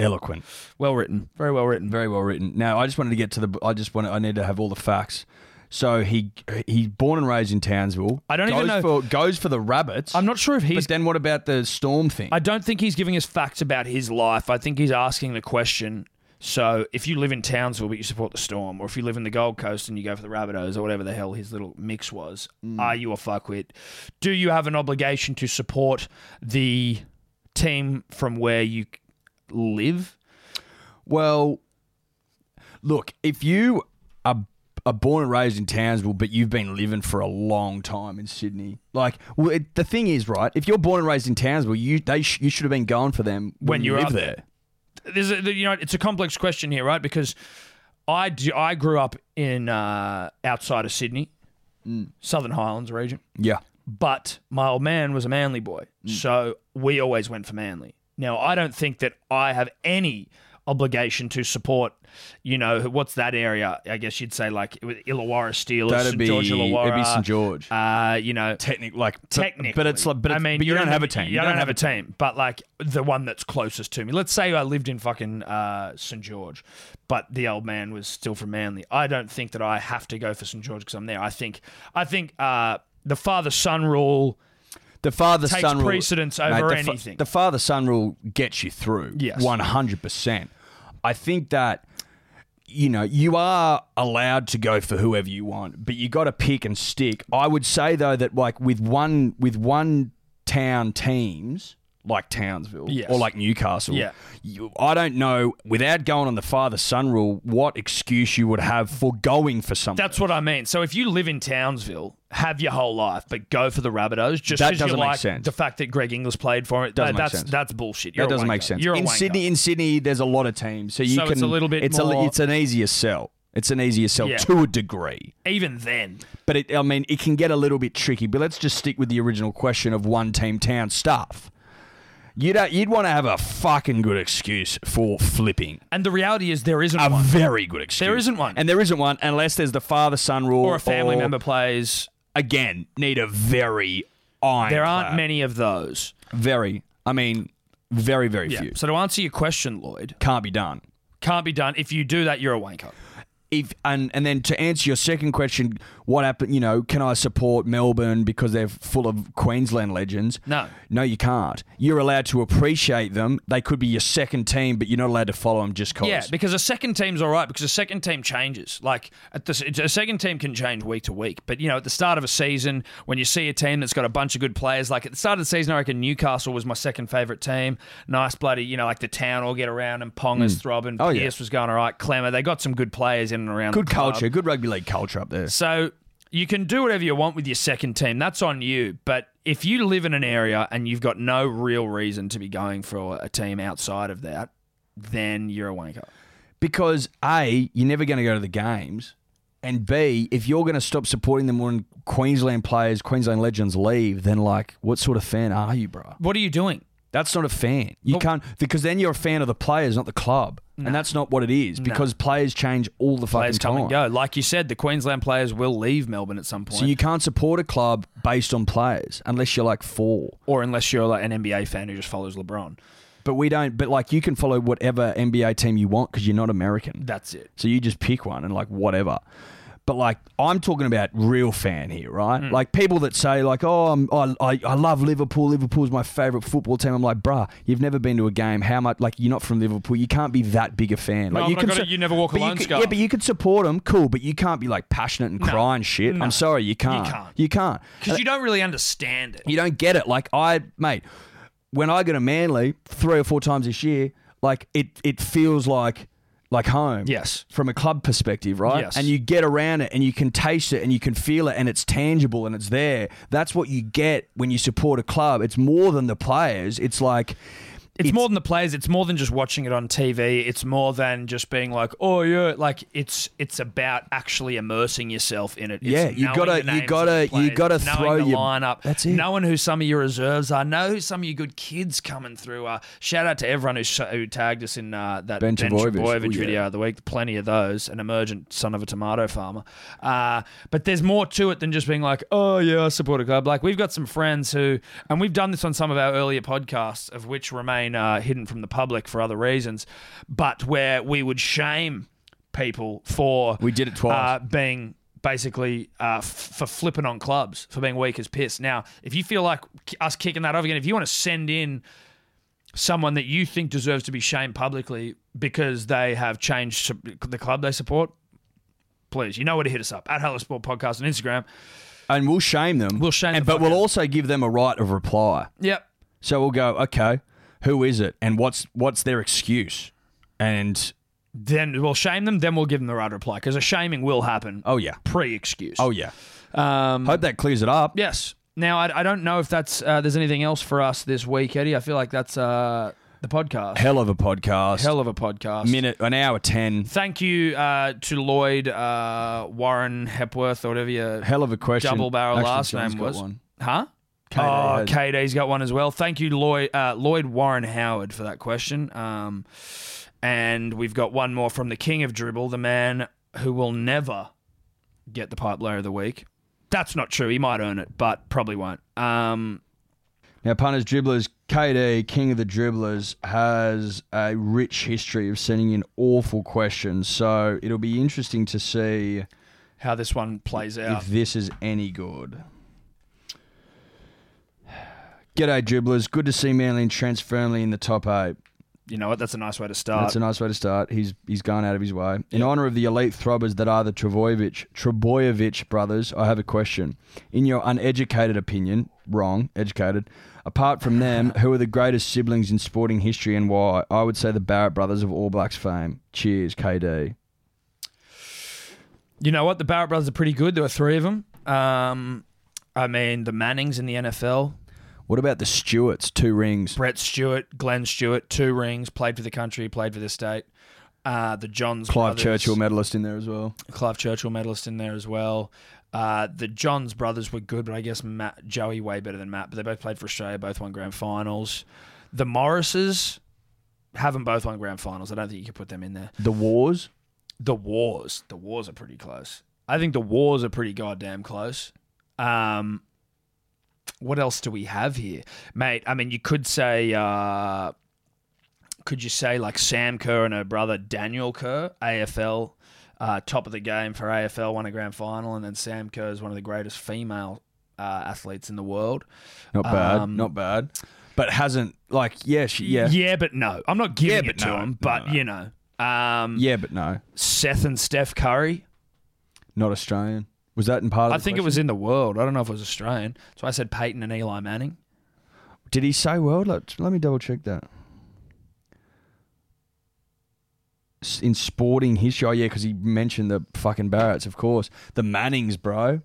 Speaker 3: eloquent.
Speaker 2: Well written. Very well written.
Speaker 3: Very well written. Now I just wanted to get to the. I just want. I need to have all the facts. So he he's born and raised in Townsville.
Speaker 2: I don't
Speaker 3: goes
Speaker 2: even know-
Speaker 3: For, goes for the rabbits.
Speaker 2: I'm not sure if
Speaker 3: but
Speaker 2: he's.
Speaker 3: then what about the storm thing?
Speaker 2: I don't think he's giving us facts about his life. I think he's asking the question. So if you live in Townsville but you support the Storm, or if you live in the Gold Coast and you go for the Rabbitohs or whatever the hell his little mix was, are you a fuckwit? Do you have an obligation to support the team from where you live?
Speaker 3: Well, look, if you are, are born and raised in Townsville, but you've been living for a long time in Sydney, like well, it, the thing is, right? If you're born and raised in Townsville, you they sh- you should have been going for them
Speaker 2: When you were
Speaker 3: live
Speaker 2: up
Speaker 3: there.
Speaker 2: There's a, you know, it's a complex question here, right? Because I do, I grew up in uh, outside of Sydney, Southern Highlands region.
Speaker 3: Yeah,
Speaker 2: but my old man was a manly boy.
Speaker 3: Mm.
Speaker 2: So we always went for manly. Now, I don't think that I have any obligation to support, you know, what's that area? I guess you'd say like with Illawarra Steelers,
Speaker 3: that'd
Speaker 2: St.
Speaker 3: be
Speaker 2: George Illawarra.
Speaker 3: it'd be St George.
Speaker 2: Uh, you know,
Speaker 3: Technic, like but-
Speaker 2: technically.
Speaker 3: but it's like, but
Speaker 2: I
Speaker 3: it's-
Speaker 2: mean,
Speaker 3: but you
Speaker 2: you're
Speaker 3: don't
Speaker 2: in
Speaker 3: have
Speaker 2: the-
Speaker 3: a team.
Speaker 2: You, don't, have, a team, but like the one that's closest to me. Let's say I lived in fucking uh, St George, but the old man was still from Manly. I don't think that I have to go for St George because I'm there. I think, I think uh, the father son rule.
Speaker 3: The father
Speaker 2: takes
Speaker 3: son rule
Speaker 2: precedence over
Speaker 3: the fa-
Speaker 2: anything.
Speaker 3: the father son rule gets you through.
Speaker 2: Yes.
Speaker 3: one hundred percent. I think that you know you are allowed to go for whoever you want, but you got to pick and stick. I would say though that like with one with one town teams like Townsville
Speaker 2: Yes.
Speaker 3: or like Newcastle,
Speaker 2: Yeah.
Speaker 3: you, I don't know, without going on the father son rule, what excuse you would have for going for something.
Speaker 2: That's what I mean. So if you live in Townsville, have your whole life, but go for the Rabbitohs just
Speaker 3: That
Speaker 2: because you
Speaker 3: doesn't make
Speaker 2: like
Speaker 3: sense.
Speaker 2: the fact that Greg Inglis played for it.
Speaker 3: Doesn't
Speaker 2: that-
Speaker 3: make
Speaker 2: that's
Speaker 3: sense.
Speaker 2: that's bullshit. You're
Speaker 3: that
Speaker 2: a
Speaker 3: doesn't make
Speaker 2: wanker.
Speaker 3: sense.
Speaker 2: You're a
Speaker 3: in
Speaker 2: wanker.
Speaker 3: Sydney, in Sydney, there's a lot of teams, so you
Speaker 2: So
Speaker 3: can.
Speaker 2: it's a little bit
Speaker 3: it's
Speaker 2: more-
Speaker 3: it's an easier sell. It's an easier sell
Speaker 2: Yeah.
Speaker 3: to a degree.
Speaker 2: even then,
Speaker 3: But it, I mean, it can get a little bit tricky. But let's just stick with the original question of one team town stuff. You'd you'd want to have a fucking good excuse for flipping.
Speaker 2: and the reality is there isn't
Speaker 3: A
Speaker 2: one,
Speaker 3: very good excuse.
Speaker 2: There isn't one.
Speaker 3: and there isn't one unless there's the father son rule
Speaker 2: or a family
Speaker 3: or,
Speaker 2: member plays.
Speaker 3: Again, need a very iron.
Speaker 2: There aren't many of those.
Speaker 3: Very. I mean, very very few.
Speaker 2: So to answer your question, Lloyd,
Speaker 3: Can't be done.
Speaker 2: can't be done. If you do that, you're a wanker.
Speaker 3: if and and then to answer your second question, what happened? You know, can I support Melbourne because they're full of Queensland legends?
Speaker 2: No.
Speaker 3: no, you can't. You're allowed to appreciate them. They could be your second team, but you're not allowed to follow them just cause.
Speaker 2: Yeah, because a second team's all right because a second team changes. Like at the, a second team can change week to week, but you know at the start of a season when you see a team that's got a bunch of good players, like at the start of the season, I reckon Newcastle was my second favourite team. Nice bloody, you know, like the town all get around and Ponga's throbbing.
Speaker 3: Oh, yeah.
Speaker 2: Pierce was going all right. Clemmer, they got some good players in and around.
Speaker 3: good
Speaker 2: the club.
Speaker 3: culture, good rugby league culture up there.
Speaker 2: So you can do whatever you want with your second team. That's on you. But if you live in an area and you've got no real reason to be going for a team outside of that, then you're a wanker.
Speaker 3: Because a, you're never going to go to the games, and b, if you're going to stop supporting them when Queensland players, Queensland legends leave, then like, what sort of fan are you, bro?
Speaker 2: What are you doing?
Speaker 3: That's not a fan. You
Speaker 2: But-
Speaker 3: can't because then you're a fan of the players, not the club, and that's not what it is because players change all the
Speaker 2: players
Speaker 3: fucking
Speaker 2: come
Speaker 3: time.
Speaker 2: and go. Like you said, the Queensland players will leave Melbourne at some point,
Speaker 3: So you can't support a club based on players unless you're like four.
Speaker 2: or unless you're like an NBA fan who just follows LeBron.
Speaker 3: But we don't. But like you can follow whatever NBA team you want because you're not American.
Speaker 2: That's it.
Speaker 3: So you just pick one and like whatever. But like I'm talking about real fan here, right?
Speaker 2: Hmm.
Speaker 3: Like people that say like, "Oh, I'm, I, I I love Liverpool. Liverpool's my favorite football team." I'm like, "Bruh, you've never been to a game. How much? Like you're not from Liverpool. You can't be that big a fan. Like
Speaker 2: No, but I got
Speaker 3: su-
Speaker 2: it, you never walk
Speaker 3: but you
Speaker 2: alone
Speaker 3: could-
Speaker 2: scarf.
Speaker 3: Yeah, but you could support them, cool. But you can't be like passionate and cry and shit. I'm sorry, you can't.
Speaker 2: can't.
Speaker 3: You can't.
Speaker 2: Because you don't really understand it.
Speaker 3: You don't get it. Like I, mate, when I go to Manly three or four times this year, like it, it feels like, like home.
Speaker 2: Yes.
Speaker 3: From a club perspective, right?
Speaker 2: Yes.
Speaker 3: And you get around it, and you can taste it, and you can feel it, and it's tangible, and it's there. That's what you get when you support a club. It's more than the players. It's like.
Speaker 2: It's, more than the players. It's more than just watching it on TV. It's more than just being like, oh yeah, like it's it's about actually immersing yourself in it. It's
Speaker 3: Yeah, you
Speaker 2: knowing
Speaker 3: gotta-
Speaker 2: the
Speaker 3: you
Speaker 2: names of
Speaker 3: gotta-
Speaker 2: the
Speaker 3: you
Speaker 2: players,
Speaker 3: gotta
Speaker 2: knowing
Speaker 3: throw
Speaker 2: the
Speaker 3: your-
Speaker 2: lineup.
Speaker 3: that's it.
Speaker 2: Knowing who some of your reserves are. Know who some of your good kids coming through are. Shout out to everyone who, sh- who tagged us in uh, that
Speaker 3: Ben Trbojevic.
Speaker 2: Trbojevic
Speaker 3: Oh, yeah.
Speaker 2: video uh, of the week. Plenty of those. An emergent son of a tomato farmer. Uh, but there's more to it than just being like, oh, yeah, I support a club. Like, we've got some friends who, and we've done this on some of our earlier podcasts, of which remain uh, hidden from the public for other reasons, but where we would shame people for.
Speaker 3: We did it twice.
Speaker 2: Uh, being. Basically, uh, f- for flipping on clubs, for being weak as piss. Now, if you feel like k- us kicking that off again, if you want to send in someone that you think deserves to be shamed publicly because they have changed su- the club they support, please, you know where to hit us up at Hello Sport Podcast on Instagram.
Speaker 3: and we'll shame them.
Speaker 2: We'll shame
Speaker 3: and,
Speaker 2: the
Speaker 3: but
Speaker 2: fuck
Speaker 3: we'll
Speaker 2: out of
Speaker 3: also give them a right of reply.
Speaker 2: Yep.
Speaker 3: So we'll go, okay, who is it, and what's what's their excuse? And
Speaker 2: Then we'll shame them. Then we'll give them the right reply because a shaming will happen.
Speaker 3: oh yeah,
Speaker 2: Pre-excuse.
Speaker 3: oh yeah.
Speaker 2: um,
Speaker 3: Hope that clears it up.
Speaker 2: yes. Now I, I don't know if that's uh, there's anything else for us this week, Eddie. I feel like that's uh, the podcast.
Speaker 3: Hell of a podcast.
Speaker 2: Hell of a podcast.
Speaker 3: minute, an hour ten.
Speaker 2: Thank you uh, to Lloyd uh, Warren Hepworth or whatever you
Speaker 3: Hell of a question.
Speaker 2: double barrel
Speaker 3: Actually,
Speaker 2: last
Speaker 3: John's
Speaker 2: name
Speaker 3: got
Speaker 2: was.
Speaker 3: one.
Speaker 2: Huh?
Speaker 3: KD
Speaker 2: oh,
Speaker 3: has-
Speaker 2: KD's got one as well. Thank you, Lloyd, uh, Lloyd Warren Howard, for that question. Um, and we've got one more from the king of dribble, the man who will never get the pipe layer of the week. That's not true. He might earn it, but probably won't. Um,
Speaker 3: Now, punters, dribblers, KD, king of the dribblers, has a rich history of sending in awful questions. So it'll be interesting to see
Speaker 2: how this one plays out.
Speaker 3: if this is any good. G'day, dribblers. Good to see Manly and Trents firmly in the top eight.
Speaker 2: you know what? That's a nice way to start.
Speaker 3: That's a nice way to start. He's he's gone out of his way. In honor of the elite throbbers that are the Trebojevic Trebojevic brothers, I have a question. In your uneducated opinion, wrong, educated. Apart from them, who are the greatest siblings in sporting history and why? I would say the Barrett brothers of All Blacks fame. Cheers, KD.
Speaker 2: you know what? The Barrett brothers are pretty good. There were three of them. Um, I mean, the Mannings in the NFL,
Speaker 3: What about the Stewarts? Two rings.
Speaker 2: Brett Stewart, Glenn Stewart, two rings, played for the country, played for the state. Uh, the Johns
Speaker 3: Clive
Speaker 2: brothers,
Speaker 3: Churchill medalist in there as well.
Speaker 2: Clive Churchill medalist in there as well. Uh, the Johns brothers were good, but I guess Matt, Joey way better than Matt. But they both played for Australia, both won grand finals. The Morrises haven't both won grand finals. I don't think you could put them in there.
Speaker 3: The Wars.
Speaker 2: The Wars, the Wars are pretty close. I think the Wars are pretty goddamn close. Um, what else do we have here, mate? I mean, you could say, uh, could you say like Sam Kerr and her brother Daniel Kerr, AFL, uh, top of the game for AFL, won a grand final, and then Sam Kerr is one of the greatest female uh, athletes in the world.
Speaker 3: Not bad.
Speaker 2: Um,
Speaker 3: not bad. But hasn't like yeah she yeah yeah,
Speaker 2: yeah, but no, I'm not giving
Speaker 3: Yeah,
Speaker 2: it
Speaker 3: but
Speaker 2: to
Speaker 3: no.
Speaker 2: him. But
Speaker 3: No, no.
Speaker 2: you know, um,
Speaker 3: but no,
Speaker 2: Seth and Steph Curry,
Speaker 3: not Australian. Was that in part of?
Speaker 2: I
Speaker 3: the
Speaker 2: think it
Speaker 3: question?
Speaker 2: was in the world. I don't know if it was Australian. So I said Peyton and Eli Manning.
Speaker 3: Did he say world? Let, let me double check that. S- In sporting history, oh yeah, because he mentioned the fucking Barretts, of course. The Mannings, bro.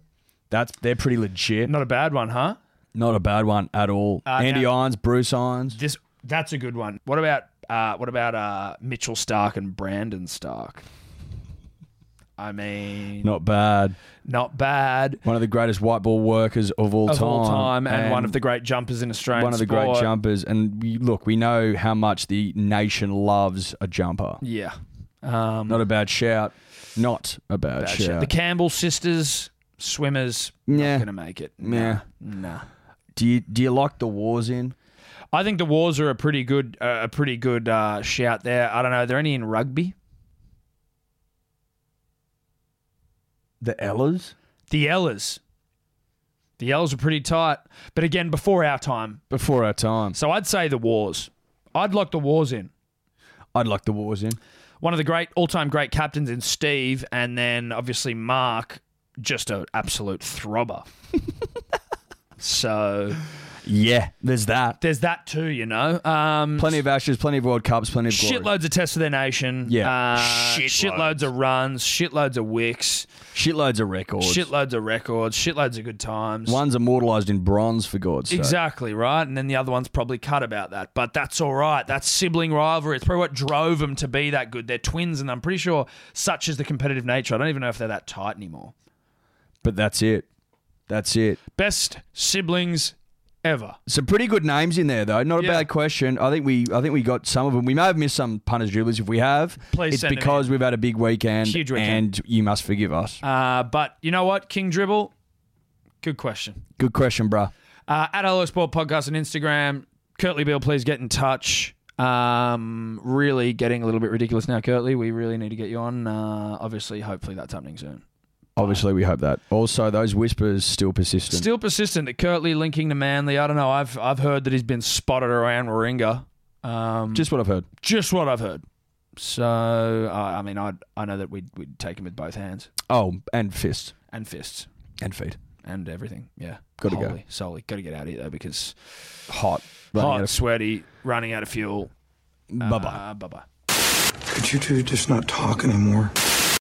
Speaker 3: That's they're pretty legit.
Speaker 2: Not a bad one, huh?
Speaker 3: Not a bad one at all.
Speaker 2: Uh,
Speaker 3: Andy
Speaker 2: now-
Speaker 3: Irons, Bruce Irons.
Speaker 2: This that's a good one. What about uh, what about uh, Mitchell Stark and Brandon Stark? I mean,
Speaker 3: Not bad.
Speaker 2: not bad
Speaker 3: One of the greatest white ball workers of all
Speaker 2: of
Speaker 3: time.
Speaker 2: all time, and, one of the great jumpers in Australian
Speaker 3: one of the great
Speaker 2: sport.
Speaker 3: jumpers. And we, look, we know how much the nation loves a jumper.
Speaker 2: Yeah, um,
Speaker 3: Not a bad shout. Not a bad,
Speaker 2: bad
Speaker 3: shout.
Speaker 2: shit. The Campbell sisters, swimmers,
Speaker 3: Yeah.
Speaker 2: not gonna make it.
Speaker 3: Yeah.
Speaker 2: nah. nah.
Speaker 3: Do you do you like the wars in?
Speaker 2: I think the Wars are a pretty good uh, a pretty good uh, shout there. I don't know. Are there any in rugby?
Speaker 3: The Ellers?
Speaker 2: The Ellers. The Ellers are pretty tight, but again, before our time.
Speaker 3: Before our time.
Speaker 2: So I'd say the Wars. I'd lock the Wars in.
Speaker 3: I'd like the wars in.
Speaker 2: One of the great all-time great captains in Steve, and then obviously Mark, just an absolute throbber. so
Speaker 3: Yeah, there's that.
Speaker 2: there's that too, you know. Um,
Speaker 3: Plenty of ashes, plenty of World Cups, plenty of glory.
Speaker 2: shitloads of tests for their nation.
Speaker 3: Yeah.
Speaker 2: uh,
Speaker 3: Shitloads.
Speaker 2: shitloads. of runs, shitloads of wicks,
Speaker 3: Shitloads of records.
Speaker 2: shitloads of records, shitloads of good times.
Speaker 3: One's immortalised in bronze, for God's sake.
Speaker 2: Exactly, right? And then the other one's probably cut about that. But that's all right. That's sibling rivalry. It's probably what drove them to be that good. They're twins, and I'm pretty sure such is the competitive nature. I don't even know if they're that tight anymore.
Speaker 3: But that's it. That's it.
Speaker 2: Best siblings ever.
Speaker 3: Some pretty good names in there, though. Not a
Speaker 2: Yeah.
Speaker 3: bad question. I think we, I think we got some of them. We may have missed some punters dribblers. If we have,
Speaker 2: Please
Speaker 3: it's
Speaker 2: send it
Speaker 3: because we've had a big weekend,
Speaker 2: Huge weekend.
Speaker 3: and you must forgive us.
Speaker 2: Uh, but you know what? King Dribble, good question.
Speaker 3: Good question, bruh.
Speaker 2: Uh, at Hello Sport Podcast on Instagram. Curtly Bill, please get in touch. Um, really getting a little bit ridiculous now, Curtly. We really need to get you on. Uh, obviously, hopefully that's happening soon.
Speaker 3: Obviously, we hope that. Also, those whispers still persistent.
Speaker 2: Still persistent at Curtly linking to Manly. I don't know. I've I've heard that he's been spotted around Warringah. Um, just
Speaker 3: Just what I've heard.
Speaker 2: just what I've heard. So uh, I mean, I I know that we'd we'd take him with both hands
Speaker 3: Oh, and fists
Speaker 2: and fists
Speaker 3: and feet.
Speaker 2: and everything. Yeah,
Speaker 3: Gotta go.
Speaker 2: Holy, Solely, got to get out of here though because
Speaker 3: Hot.
Speaker 2: hot, sweaty, running out of fuel. Uh,
Speaker 3: Bye bye.
Speaker 2: bye bye.
Speaker 4: Could you two just not talk anymore?